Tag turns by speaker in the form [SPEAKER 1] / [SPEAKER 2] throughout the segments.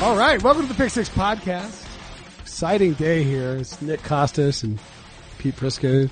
[SPEAKER 1] All right, welcome to the Pick Six Podcast. Exciting day here. It's Nick Costas and Pete Prisco,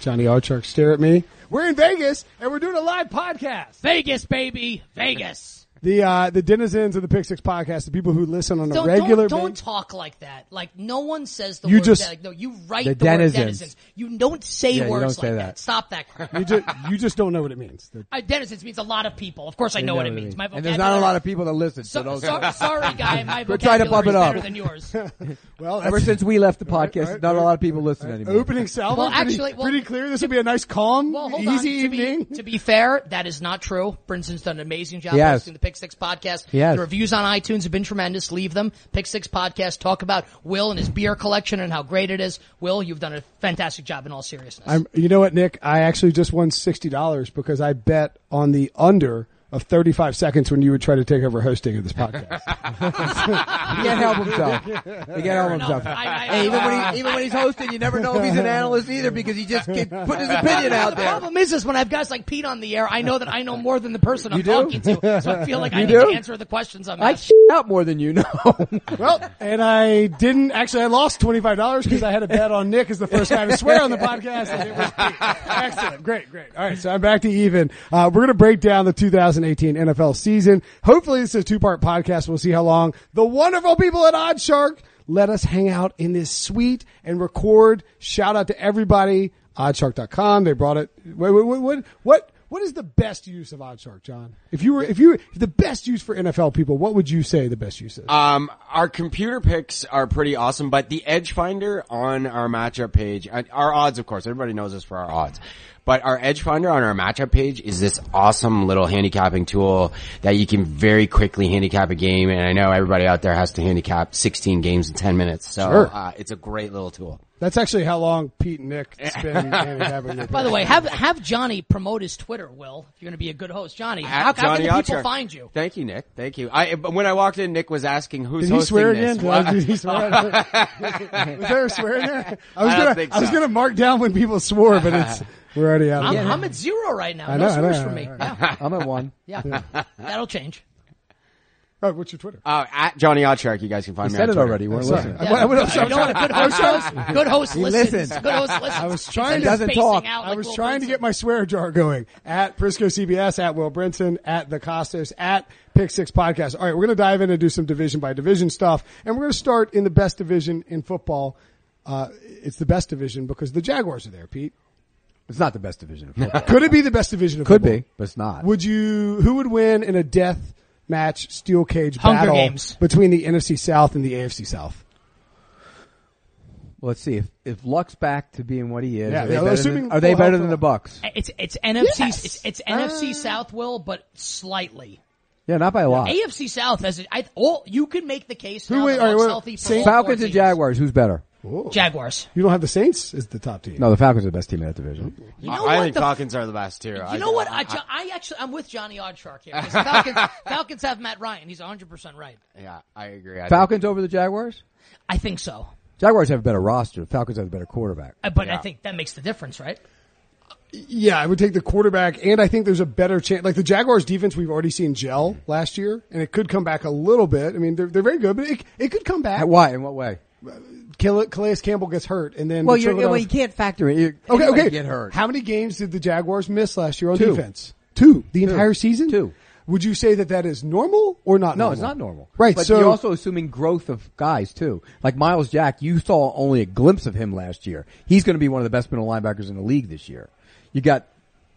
[SPEAKER 1] Johnny Archark stare at me. We're in Vegas and we're doing a live podcast.
[SPEAKER 2] Vegas, baby, Vegas.
[SPEAKER 1] The uh, the denizens of the Pick Six Podcast, the people who listen on a
[SPEAKER 2] Don't
[SPEAKER 1] regular
[SPEAKER 2] don't, don't
[SPEAKER 1] basis.
[SPEAKER 2] talk like that. Like no one says the
[SPEAKER 1] You
[SPEAKER 2] word
[SPEAKER 1] just-
[SPEAKER 2] that. Like, no, you write
[SPEAKER 3] The
[SPEAKER 2] the, denizens.
[SPEAKER 3] denizens.
[SPEAKER 2] word denizens. You don't say
[SPEAKER 3] you
[SPEAKER 2] words
[SPEAKER 3] don't say
[SPEAKER 2] like that.
[SPEAKER 3] that.
[SPEAKER 2] Stop that. crap.
[SPEAKER 1] You just, you just don't know what it means. The-
[SPEAKER 2] Uh, denizens means a lot of people. Of course, I know, what it means. My
[SPEAKER 3] and there's not a
[SPEAKER 2] vocabulary-
[SPEAKER 3] lot of people that listen, so,
[SPEAKER 2] So,
[SPEAKER 3] don't.
[SPEAKER 2] so, sorry, guy. My
[SPEAKER 3] We're trying to
[SPEAKER 2] vocabulary
[SPEAKER 3] bump it
[SPEAKER 2] is
[SPEAKER 3] up.
[SPEAKER 2] better than yours.
[SPEAKER 1] well,
[SPEAKER 3] Ever
[SPEAKER 1] that's-
[SPEAKER 3] since we left the podcast,
[SPEAKER 1] right,
[SPEAKER 3] not a
[SPEAKER 1] right.
[SPEAKER 3] lot of people listen anymore.
[SPEAKER 1] opening salvo,
[SPEAKER 2] Well,
[SPEAKER 1] pretty-
[SPEAKER 2] actually,
[SPEAKER 1] pretty,
[SPEAKER 2] well-
[SPEAKER 1] clear. This will be a nice, calm,
[SPEAKER 2] Well, hold on.
[SPEAKER 1] easy
[SPEAKER 2] To be-
[SPEAKER 1] evening.
[SPEAKER 2] To be, fair, that is not true. Brinson's done an amazing job
[SPEAKER 3] He has.
[SPEAKER 2] hosting the Pick Six podcast.
[SPEAKER 3] He has.
[SPEAKER 2] The reviews on iTunes have been tremendous. Leave them. Pick Six podcast. Talk about Will and his beer collection and how great it is. Will, you've done a fantastic job in all seriousness.
[SPEAKER 1] I'm, you know what, Nick? I actually just won sixty dollars because I bet on the under of thirty-five seconds when you would try to take over hosting of this podcast.
[SPEAKER 3] He can't help himself. He can't help himself.
[SPEAKER 2] I- I-
[SPEAKER 3] Hey, even when he, even when he's hosting, you never know if he's an analyst either because he just keeps putting his opinion out
[SPEAKER 2] the
[SPEAKER 3] there.
[SPEAKER 2] problem is, is when I have guys like Pete on the air, I know that I know more than the person I'm
[SPEAKER 3] do?
[SPEAKER 2] talking to, so I feel like I need
[SPEAKER 3] do?
[SPEAKER 2] to answer the questions I'm
[SPEAKER 3] I
[SPEAKER 2] asking.
[SPEAKER 3] shit out more than you know.
[SPEAKER 1] well, and I didn't actually. I lost twenty-five dollars because I had a bet on Nick as the first guy to swear on the podcast. and it was Pete. Excellent, great, great. All right, so I'm back to even. Uh, we're going to break down the 2018 NFL season. Hopefully, this is a two-part podcast. We'll see how long the wonderful people at Odd Shark let us hang out in this suite and record. Shout out to everybody. Oddshark.com. They brought it. Wait, wait, wait, what? What? What is the best use of Oddshark, John? If you were, if you, were- if the best use for NFL people, what would you say the best use is?
[SPEAKER 4] Um, our computer picks are pretty awesome, but the edge finder on our matchup page, and our odds, of course, everybody knows this for our odds, but our edge finder on our matchup page is this awesome little handicapping tool that you can very quickly handicap a game. And I know everybody out there has to handicap 16 games in 10 minutes. So,
[SPEAKER 1] Sure.
[SPEAKER 4] uh, it's a great little tool.
[SPEAKER 1] That's actually how long Pete and Nick spend handicapping their
[SPEAKER 2] By the way, have have Johnny promote his Twitter, Will, if you're going to be a good host. Johnny,
[SPEAKER 4] At
[SPEAKER 2] how, how can
[SPEAKER 4] Johnny
[SPEAKER 2] the people
[SPEAKER 4] Ocher.
[SPEAKER 2] find you?
[SPEAKER 4] Thank you, Nick. Thank you. I, but when I walked in, Nick was asking who's
[SPEAKER 1] Did he
[SPEAKER 4] hosting
[SPEAKER 1] swear
[SPEAKER 4] this.
[SPEAKER 1] again?
[SPEAKER 4] Well, uh,
[SPEAKER 1] Did he swear? was there a swear in there? I was
[SPEAKER 4] I don't
[SPEAKER 1] gonna,
[SPEAKER 4] think
[SPEAKER 1] I was
[SPEAKER 4] so.
[SPEAKER 1] gonna mark down when people swore, but it's we're already out. of
[SPEAKER 2] I'm,
[SPEAKER 1] time.
[SPEAKER 2] I'm at zero right now.
[SPEAKER 1] know,
[SPEAKER 2] no
[SPEAKER 1] I
[SPEAKER 2] scores
[SPEAKER 1] know,
[SPEAKER 2] for
[SPEAKER 1] I
[SPEAKER 2] me.
[SPEAKER 1] know.
[SPEAKER 2] Yeah,
[SPEAKER 3] I'm at one.
[SPEAKER 2] yeah. that'll change.
[SPEAKER 1] All right, what's your Twitter?
[SPEAKER 4] uh, at Johnny Otrek, you guys can find me
[SPEAKER 3] Said
[SPEAKER 4] on
[SPEAKER 3] it
[SPEAKER 4] Twitter.
[SPEAKER 3] already. We're
[SPEAKER 1] Sorry.
[SPEAKER 3] listening.
[SPEAKER 1] I- I- what- I'm
[SPEAKER 2] You
[SPEAKER 1] sorry.
[SPEAKER 2] know what? A good host, does? good host listens.
[SPEAKER 3] listens.
[SPEAKER 2] Good host listens. I
[SPEAKER 1] was trying to-
[SPEAKER 3] doesn't talk.
[SPEAKER 1] I was trying to get my swear jar going at Prisco CBS, at Will Brinson, at the Costas, at Pick Six Podcast. All right, we're going to dive in and do some division by division stuff, and we're going to start in the best division in football. Uh, it's the best division because the Jaguars are there, Pete.
[SPEAKER 3] It's not the best division. Of football.
[SPEAKER 1] Could it be the best division of
[SPEAKER 3] Could
[SPEAKER 1] football?
[SPEAKER 3] be, but it's not.
[SPEAKER 1] Would you? Who would win in a death match, steel cage
[SPEAKER 2] Hunger
[SPEAKER 1] battle
[SPEAKER 2] Games.
[SPEAKER 1] between the NFC South and the AFC South?
[SPEAKER 3] Let's see if if Luck's back to being what he is.
[SPEAKER 1] Yeah,
[SPEAKER 3] are they
[SPEAKER 1] yeah,
[SPEAKER 3] better,
[SPEAKER 1] assuming
[SPEAKER 3] than, are they
[SPEAKER 1] full
[SPEAKER 3] better
[SPEAKER 1] health
[SPEAKER 3] than the
[SPEAKER 1] Luck.
[SPEAKER 3] Bucks?
[SPEAKER 2] It's it's NFC
[SPEAKER 1] Yes. Ah.
[SPEAKER 2] it's, it's NFC South will, but slightly.
[SPEAKER 3] Yeah, not by a lot.
[SPEAKER 2] AFC South has it. I all you can make the case.
[SPEAKER 1] Who
[SPEAKER 2] now
[SPEAKER 1] wait-
[SPEAKER 2] that
[SPEAKER 1] all right,
[SPEAKER 2] Buck's
[SPEAKER 1] wait,
[SPEAKER 2] healthy for
[SPEAKER 1] Saints-
[SPEAKER 2] all four
[SPEAKER 3] Falcons and
[SPEAKER 2] teams.
[SPEAKER 3] Jaguars. Who's better?
[SPEAKER 2] Jaguars.
[SPEAKER 1] You don't have the Saints as the top team.
[SPEAKER 3] No, the Falcons are the best team in that division.
[SPEAKER 2] You know
[SPEAKER 4] Uh, I
[SPEAKER 2] what?
[SPEAKER 4] think
[SPEAKER 2] the,
[SPEAKER 4] Falcons are the best too.
[SPEAKER 2] you know what? I, Jo- I actually I'm with Johnny Oddshark here. 'cause the Falcons, Falcons have Matt Ryan. He's 100 percent right.
[SPEAKER 4] yeah, I agree. I
[SPEAKER 3] Falcons over the Jaguars.
[SPEAKER 2] I think so.
[SPEAKER 3] Jaguars have a better roster. The Falcons have a better quarterback.
[SPEAKER 2] Uh, But I
[SPEAKER 4] Yeah.
[SPEAKER 2] think that makes the difference, right?
[SPEAKER 1] Yeah, I would take the quarterback, and I think there's a better chance. Like the Jaguars' defense, we've already seen gel last year, and it could come back a little bit. I mean, they're they're very good, but it, it could come back.
[SPEAKER 3] At Uh, why? In what way?
[SPEAKER 1] Cal- Calais Campbell gets hurt, and then
[SPEAKER 3] Well,
[SPEAKER 1] the
[SPEAKER 3] you're,
[SPEAKER 1] Philadelphia-
[SPEAKER 3] well, you can't factor it. You're,
[SPEAKER 1] okay,
[SPEAKER 3] anybody
[SPEAKER 1] okay.
[SPEAKER 3] Get hurt.
[SPEAKER 1] How many games did the Jaguars miss last year on
[SPEAKER 3] Two.
[SPEAKER 1] defense? Two. The entire season.
[SPEAKER 3] Two.
[SPEAKER 1] Would you say that that is normal or not?
[SPEAKER 3] no, it's not normal.
[SPEAKER 1] Right.
[SPEAKER 3] But
[SPEAKER 1] so
[SPEAKER 3] you're also assuming growth of guys too. Like Miles Jack, you saw only a glimpse of him last year. He's going to be one of the best middle linebackers in the league this year. You got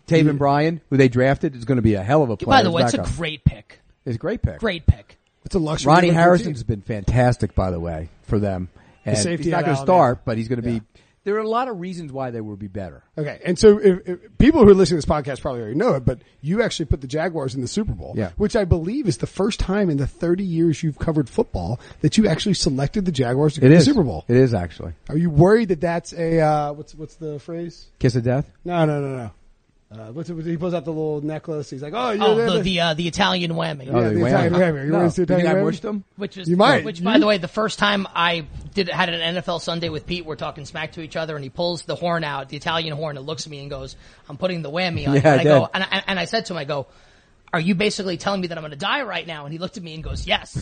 [SPEAKER 3] Taven Bryan, who they drafted, is going to be a hell of a player.
[SPEAKER 2] By the way, it's
[SPEAKER 3] as
[SPEAKER 2] a
[SPEAKER 3] backup.
[SPEAKER 2] great pick.
[SPEAKER 3] it's a great pick.
[SPEAKER 2] Great pick.
[SPEAKER 1] it's a luxury.
[SPEAKER 3] Ronnie
[SPEAKER 1] with your
[SPEAKER 3] Harrison's
[SPEAKER 1] team.
[SPEAKER 3] been fantastic, by the way, for them. And
[SPEAKER 1] safety
[SPEAKER 3] he's not
[SPEAKER 1] out
[SPEAKER 3] going
[SPEAKER 1] of
[SPEAKER 3] to
[SPEAKER 1] Alabama.
[SPEAKER 3] start, but he's going to be. There are a lot of reasons why they would be better.
[SPEAKER 1] Okay, and so if, if people who are listening to this podcast probably already know it, but you actually put the Jaguars in the Super Bowl,
[SPEAKER 3] Yeah.
[SPEAKER 1] which I believe is the first time in the 30 years you've covered football that you actually selected the Jaguars to go
[SPEAKER 3] It
[SPEAKER 1] to
[SPEAKER 3] is
[SPEAKER 1] the Super Bowl.
[SPEAKER 3] It is actually
[SPEAKER 1] Are you worried that that's a uh, what's what's the phrase?
[SPEAKER 3] kiss of death.
[SPEAKER 1] No, no, no, no. Uh, what's it, he pulls out the little necklace. He's like, "Oh, you're
[SPEAKER 2] Oh,
[SPEAKER 1] there,
[SPEAKER 2] the
[SPEAKER 1] there."
[SPEAKER 2] the, uh, the Italian whammy,
[SPEAKER 1] Oh, Yeah,
[SPEAKER 3] Oh, they
[SPEAKER 1] the
[SPEAKER 3] wham.
[SPEAKER 1] Italian whammy. You
[SPEAKER 3] No.
[SPEAKER 1] wanna see
[SPEAKER 3] You think
[SPEAKER 1] Italian
[SPEAKER 3] I
[SPEAKER 1] whammy?
[SPEAKER 3] mushed them?
[SPEAKER 2] which is
[SPEAKER 1] You might.
[SPEAKER 2] Which, by the way, the first time I did had an NFL Sunday with Pete, we're talking smack to each other, and he pulls the horn out, the Italian horn, and looks at me and goes, "I'm putting the whammy on."
[SPEAKER 3] Yeah,
[SPEAKER 2] and
[SPEAKER 3] I
[SPEAKER 2] I go,
[SPEAKER 3] did.
[SPEAKER 2] and I, and I said to him, "I go." are you basically telling me that I'm going to die right now? And he looked at me and goes, yes.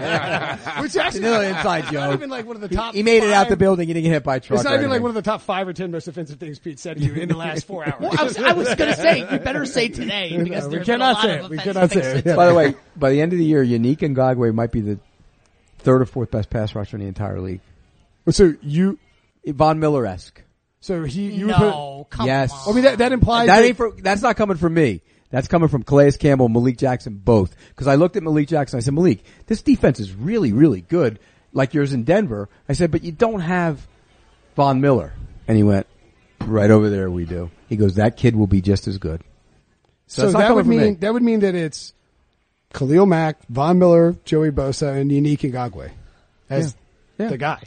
[SPEAKER 1] Which actually,
[SPEAKER 3] Another inside
[SPEAKER 1] It's not
[SPEAKER 3] joke.
[SPEAKER 1] even like one of the
[SPEAKER 3] He-
[SPEAKER 1] top.
[SPEAKER 3] He, made it out the
[SPEAKER 1] five-
[SPEAKER 3] building. He didn't get hit by a truck.
[SPEAKER 1] It's not
[SPEAKER 3] or
[SPEAKER 1] even like
[SPEAKER 3] anything.
[SPEAKER 1] one of the top five or ten most offensive things Pete said to you in the last four hours.
[SPEAKER 2] I was, I was going to say, you better say today because
[SPEAKER 1] No, we
[SPEAKER 2] there's been a
[SPEAKER 1] cannot
[SPEAKER 2] lot
[SPEAKER 1] say
[SPEAKER 2] of
[SPEAKER 1] it. We
[SPEAKER 2] offensive
[SPEAKER 1] cannot say
[SPEAKER 2] things
[SPEAKER 1] it.
[SPEAKER 2] since
[SPEAKER 3] By the way, by the end of the year, Unique and Gagwe might be the third or fourth best pass rusher in the entire league.
[SPEAKER 1] so you,
[SPEAKER 3] Von Miller esque.
[SPEAKER 1] so he, you would put. Oh,
[SPEAKER 2] no, come
[SPEAKER 3] Yes.
[SPEAKER 2] on.
[SPEAKER 1] I mean, that, that implies
[SPEAKER 3] That ain't for, that's not coming from me. That's coming from Calais Campbell, and Malik Jackson, both. Because I looked at Malik Jackson, I said, Malik, this defense is really, really good, like yours in Denver. I said, but you don't have Von Miller. And he went, right over there we do. He goes, that kid will be just as good. So,
[SPEAKER 1] so
[SPEAKER 3] it's not
[SPEAKER 1] that
[SPEAKER 3] coming
[SPEAKER 1] would
[SPEAKER 3] from me.
[SPEAKER 1] mean that would mean that it's Khalil Mack, Von Miller, Joey Bosa, and Unique Ngagwe as
[SPEAKER 3] Yeah. Yeah.
[SPEAKER 1] the guy.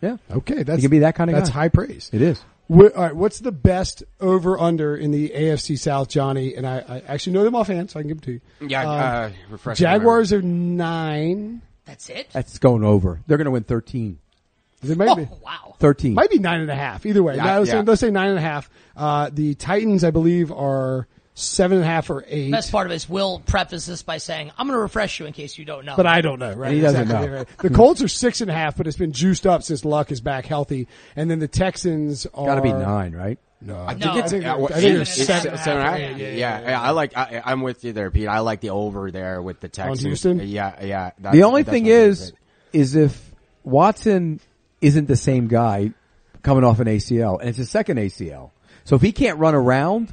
[SPEAKER 3] yeah.
[SPEAKER 1] Okay, that's
[SPEAKER 3] can be that kinda
[SPEAKER 1] That's
[SPEAKER 3] guy.
[SPEAKER 1] high praise.
[SPEAKER 3] It is.
[SPEAKER 1] Wh- all right, what's the best over under in the AFC South, Johnny? And I, I actually know them offhand, so I can give them to you.
[SPEAKER 4] Yeah,
[SPEAKER 1] Um,
[SPEAKER 4] uh, refresh my memory.
[SPEAKER 1] Jaguars are nine.
[SPEAKER 2] That's it?
[SPEAKER 3] That's going over. They're going to win 13.
[SPEAKER 1] They might be,
[SPEAKER 2] Oh, wow.
[SPEAKER 3] 13.
[SPEAKER 1] might be nine and a half. Either way,
[SPEAKER 4] Yeah,
[SPEAKER 1] Now, let's, say,
[SPEAKER 4] yeah.
[SPEAKER 1] let's say nine and a half. Uh, the Titans, I believe, are seven and a half or eight.
[SPEAKER 2] Best part of this, Will preface this by saying, I'm going to refresh you in case you don't know.
[SPEAKER 1] but I don't know, right?
[SPEAKER 3] He doesn't know. Hmm.
[SPEAKER 1] right. The Colts are six and a half, but it's been juiced up since Luck is back healthy. And then the Texans are
[SPEAKER 3] Got to be nine, right?
[SPEAKER 1] No,
[SPEAKER 4] I think
[SPEAKER 2] No,
[SPEAKER 4] it's,
[SPEAKER 2] I think
[SPEAKER 4] uh,
[SPEAKER 1] they're-
[SPEAKER 4] what,
[SPEAKER 1] I think
[SPEAKER 4] eight,
[SPEAKER 1] they're
[SPEAKER 4] it's
[SPEAKER 1] seven
[SPEAKER 4] seven, seven,
[SPEAKER 2] and a half.
[SPEAKER 4] right? Yeah, yeah, yeah. I like. I, I'm with you there, Pete. I like the over there with the Texans.
[SPEAKER 1] Houston?
[SPEAKER 4] Yeah, yeah. that's-
[SPEAKER 3] The only
[SPEAKER 4] that's
[SPEAKER 3] thing
[SPEAKER 4] what I'm
[SPEAKER 3] is,
[SPEAKER 4] thinking.
[SPEAKER 3] is if Watson isn't the same guy coming off an ACL, and it's his second ACL. So if he can't run around,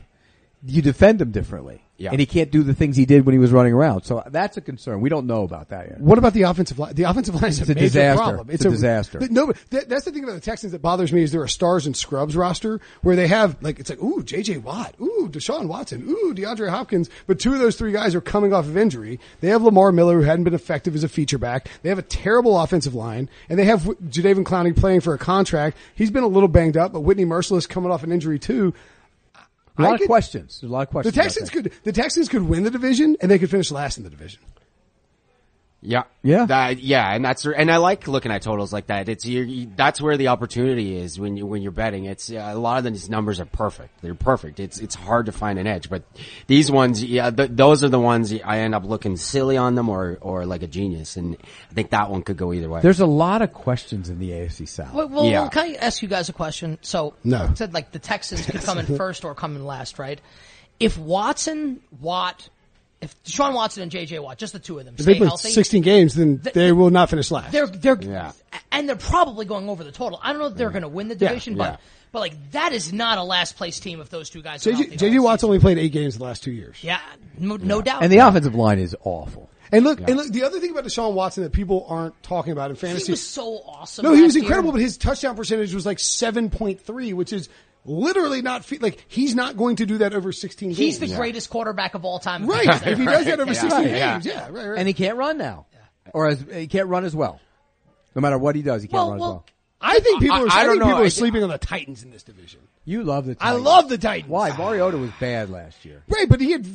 [SPEAKER 3] you defend him differently.
[SPEAKER 4] Yeah.
[SPEAKER 3] And he can't do the things he did when he was running around. So that's a concern. We don't know about that yet.
[SPEAKER 1] What about the offensive line? The offensive line is
[SPEAKER 3] It's
[SPEAKER 1] a,
[SPEAKER 3] a
[SPEAKER 1] major
[SPEAKER 3] disaster.
[SPEAKER 1] problem.
[SPEAKER 3] It's a disaster.
[SPEAKER 1] th- No, but that, that's the thing about the Texans that bothers me is they're a stars and scrubs roster where they have like it's like ooh J.J. Watt, ooh Deshaun Watson, ooh DeAndre Hopkins, but two of those three guys are coming off of injury. They have Lamar Miller who hadn't been effective as a feature back. They have a terrible offensive line, and they have Wh- Jadavion Clowney playing for a contract. He's been a little banged up, but Whitney Merciless coming off an injury too.
[SPEAKER 3] A lot
[SPEAKER 1] I
[SPEAKER 3] of
[SPEAKER 1] could-
[SPEAKER 3] questions. There's a lot of
[SPEAKER 1] The
[SPEAKER 3] questions. out
[SPEAKER 1] Texans
[SPEAKER 3] there.
[SPEAKER 1] could the Texans could win the division and they could finish last in the division.
[SPEAKER 4] Yeah,
[SPEAKER 3] Yeah.
[SPEAKER 4] that, yeah, and that's and I like looking at totals like that. It's you- you, that's where the opportunity is when you when you're betting. It's uh, a lot of these numbers are perfect. They're perfect. It's it's hard to find an edge, but these ones, yeah, th- those are the ones I end up looking silly on them or or like a genius. And I think that one could go either way.
[SPEAKER 3] There's a lot of questions in the AFC South.
[SPEAKER 2] Well, well
[SPEAKER 4] Yeah.
[SPEAKER 2] can I ask you guys a question? So,
[SPEAKER 1] No.
[SPEAKER 2] you said like the Texans could come in first or come in last, right? If Watson, Watt, if Deshaun Watson and JJ Watt, just the two of them,
[SPEAKER 1] If
[SPEAKER 2] stay
[SPEAKER 1] they play
[SPEAKER 2] healthy,
[SPEAKER 1] 16 games, then they will not finish last.
[SPEAKER 2] they're they're
[SPEAKER 4] Yeah.
[SPEAKER 2] and they're probably going over the total. I don't know if
[SPEAKER 1] Mm.
[SPEAKER 2] they're going to win the division, but
[SPEAKER 4] Yeah.
[SPEAKER 2] but like that is not a last place team if those two guys. Are healthy
[SPEAKER 1] JJ,
[SPEAKER 2] the
[SPEAKER 1] JJ
[SPEAKER 2] whole
[SPEAKER 1] Watt's
[SPEAKER 2] season.
[SPEAKER 1] only played eight games the last two years.
[SPEAKER 2] yeah, no, no doubt.
[SPEAKER 3] and the offensive line is awful.
[SPEAKER 1] And look, and look, the other thing about Deshaun Watson that people aren't talking about in
[SPEAKER 2] he
[SPEAKER 1] fantasy.
[SPEAKER 2] was so awesome.
[SPEAKER 1] no, he
[SPEAKER 2] last
[SPEAKER 1] was
[SPEAKER 2] year.
[SPEAKER 1] incredible, but his touchdown percentage was like 7.3, which is literally not, fe- like, he's not going to do that over 16 games.
[SPEAKER 2] He's the greatest quarterback of all time.
[SPEAKER 1] Right. If he does that over 16
[SPEAKER 4] Right, yeah.
[SPEAKER 1] games, yeah, right, right.
[SPEAKER 3] And he can't run now. Or as, he can't run as well. No matter what he does, he can't
[SPEAKER 2] Well,
[SPEAKER 3] run as
[SPEAKER 2] well,
[SPEAKER 3] well.
[SPEAKER 1] I think people are,
[SPEAKER 4] I- I
[SPEAKER 1] I
[SPEAKER 4] don't
[SPEAKER 1] think
[SPEAKER 4] know.
[SPEAKER 1] people
[SPEAKER 4] I-
[SPEAKER 1] are sleeping on the Titans in this division.
[SPEAKER 3] You love the
[SPEAKER 1] I
[SPEAKER 3] Titans.
[SPEAKER 1] love the Titans.
[SPEAKER 3] Why? Mariota was bad last year.
[SPEAKER 1] Right, but he had,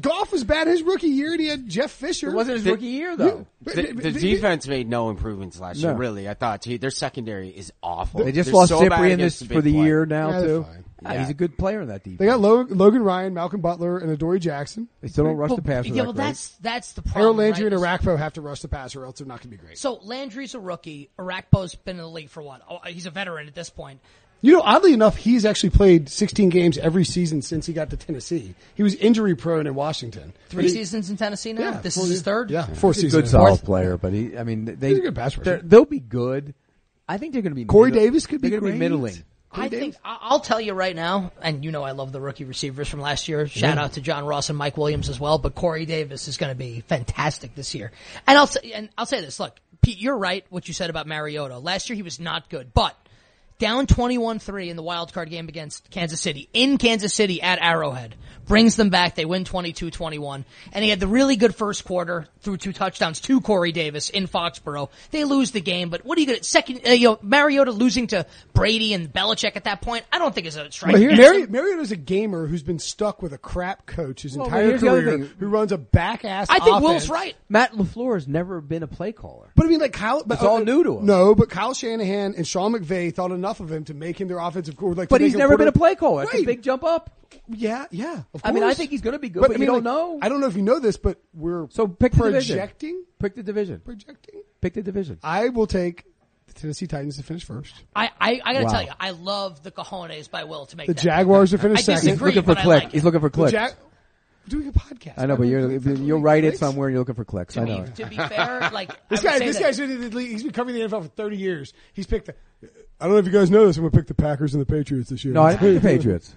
[SPEAKER 1] golf was bad his rookie year and he had Jeff Fisher.
[SPEAKER 3] It wasn't his
[SPEAKER 4] The-
[SPEAKER 3] rookie year though.
[SPEAKER 4] The, the defense made no improvements last year.
[SPEAKER 3] No.
[SPEAKER 4] Really, I thought gee, their secondary is awful.
[SPEAKER 3] They just
[SPEAKER 4] They're
[SPEAKER 3] lost
[SPEAKER 4] so bad
[SPEAKER 3] Cyprian
[SPEAKER 4] against
[SPEAKER 3] this
[SPEAKER 4] the
[SPEAKER 3] for the
[SPEAKER 4] big play.
[SPEAKER 3] year now
[SPEAKER 1] Yeah, they're
[SPEAKER 3] too.
[SPEAKER 1] fine.
[SPEAKER 3] Yeah, He's a good player in that
[SPEAKER 1] They
[SPEAKER 3] defense.
[SPEAKER 1] got Lo- Logan Ryan, Malcolm Butler, and Adoree Jackson.
[SPEAKER 3] They still don't rush the pass.
[SPEAKER 2] Yeah, well,
[SPEAKER 3] without great-
[SPEAKER 2] that's that's the problem.
[SPEAKER 1] Harold Landry
[SPEAKER 2] right?
[SPEAKER 1] and Arakpo have to rush the passer, or else they're not going to be great.
[SPEAKER 2] So Landry's a rookie. Arakpo's been in the league for what? Oh, he's a veteran at this point.
[SPEAKER 1] You know, oddly enough, he's actually played 16 games every season since he got to Tennessee. He was injury prone in Washington.
[SPEAKER 2] Three seasons in Tennessee now.
[SPEAKER 1] Yeah,
[SPEAKER 2] this
[SPEAKER 1] four
[SPEAKER 2] is his
[SPEAKER 1] years.
[SPEAKER 2] third.
[SPEAKER 1] Yeah, four
[SPEAKER 3] he's a
[SPEAKER 1] seasons.
[SPEAKER 3] good solid player, but he. I mean, they.
[SPEAKER 1] He's a good pass rusher.
[SPEAKER 3] they're- They'll be good. I think they're going to be.
[SPEAKER 1] Corey
[SPEAKER 3] middle-
[SPEAKER 1] Davis could be
[SPEAKER 3] they're gonna
[SPEAKER 1] great.
[SPEAKER 3] middling.
[SPEAKER 2] I think I- I'll tell you right now, and you know I love the rookie receivers from last year. Shout out to John Ross and Mike Williams as well. But Corey Davis is going to be fantastic this year. And I'll say, and I'll say this: Look, Pete, you're right. What you said about Mariota last year, he was not good, but down 21-3 in the wild card game against Kansas City in Kansas City at Arrowhead brings them back. They win 22-21 and he had the really good first quarter through two touchdowns to Corey Davis in Foxborough. They lose the game, but what are you going to second, uh, you know, Mariota losing to Brady and Belichick at that point? I don't think is a strike.
[SPEAKER 1] But here,
[SPEAKER 2] against
[SPEAKER 1] Mari-
[SPEAKER 2] him.
[SPEAKER 1] Mariota's a gamer who's been stuck with a crap coach his
[SPEAKER 3] Well, but
[SPEAKER 1] entire
[SPEAKER 3] here's the other
[SPEAKER 1] career,
[SPEAKER 3] thing.
[SPEAKER 1] who runs a back ass.
[SPEAKER 2] I think Will's right.
[SPEAKER 3] Matt Lafleur has never been a play caller.
[SPEAKER 1] But I mean, like Kyle. But,
[SPEAKER 3] It's all new to him.
[SPEAKER 1] No, but Kyle Shanahan and Sean McVay thought enough of him to make him their offensive coordinator. Like, to
[SPEAKER 3] But
[SPEAKER 1] make
[SPEAKER 3] he's
[SPEAKER 1] him
[SPEAKER 3] never been a
[SPEAKER 1] quarter-
[SPEAKER 3] play caller. It's a
[SPEAKER 1] Right.
[SPEAKER 3] big jump up.
[SPEAKER 1] Yeah, yeah. Of
[SPEAKER 3] I mean, I
[SPEAKER 1] course.
[SPEAKER 3] think he's going to be good,
[SPEAKER 1] But,
[SPEAKER 3] but,
[SPEAKER 1] I mean,
[SPEAKER 3] you don't
[SPEAKER 1] like,
[SPEAKER 3] know.
[SPEAKER 1] I don't know if you know this, but we're
[SPEAKER 3] so pick the division.
[SPEAKER 1] projecting.
[SPEAKER 3] Pick the division.
[SPEAKER 1] Projecting.
[SPEAKER 3] Pick the division.
[SPEAKER 1] I will take the Tennessee Titans to finish first.
[SPEAKER 2] I, I, I gotta
[SPEAKER 3] Wow.
[SPEAKER 2] tell you, I love the cojones by Will to make
[SPEAKER 1] The
[SPEAKER 2] that.
[SPEAKER 1] Jaguars to finish
[SPEAKER 2] I
[SPEAKER 1] second.
[SPEAKER 2] disagree.
[SPEAKER 3] He's looking for
[SPEAKER 2] but I
[SPEAKER 3] click.
[SPEAKER 2] like it.
[SPEAKER 3] He's looking for
[SPEAKER 1] The
[SPEAKER 3] clicks.
[SPEAKER 1] Jag- we're doing a podcast.
[SPEAKER 3] I know, but you're, you'll write it somewhere and you're looking for clicks. I
[SPEAKER 2] To be-
[SPEAKER 3] know.
[SPEAKER 2] to be fair, like
[SPEAKER 1] This
[SPEAKER 2] I would
[SPEAKER 1] guy,
[SPEAKER 2] say
[SPEAKER 1] this
[SPEAKER 2] that-
[SPEAKER 1] guy's been in the league. He's been covering the NFL for 30 years. He's picked the. I don't know if you guys know this. I'm going to pick the Packers and the Patriots this year.
[SPEAKER 3] No, I picked the Patriots.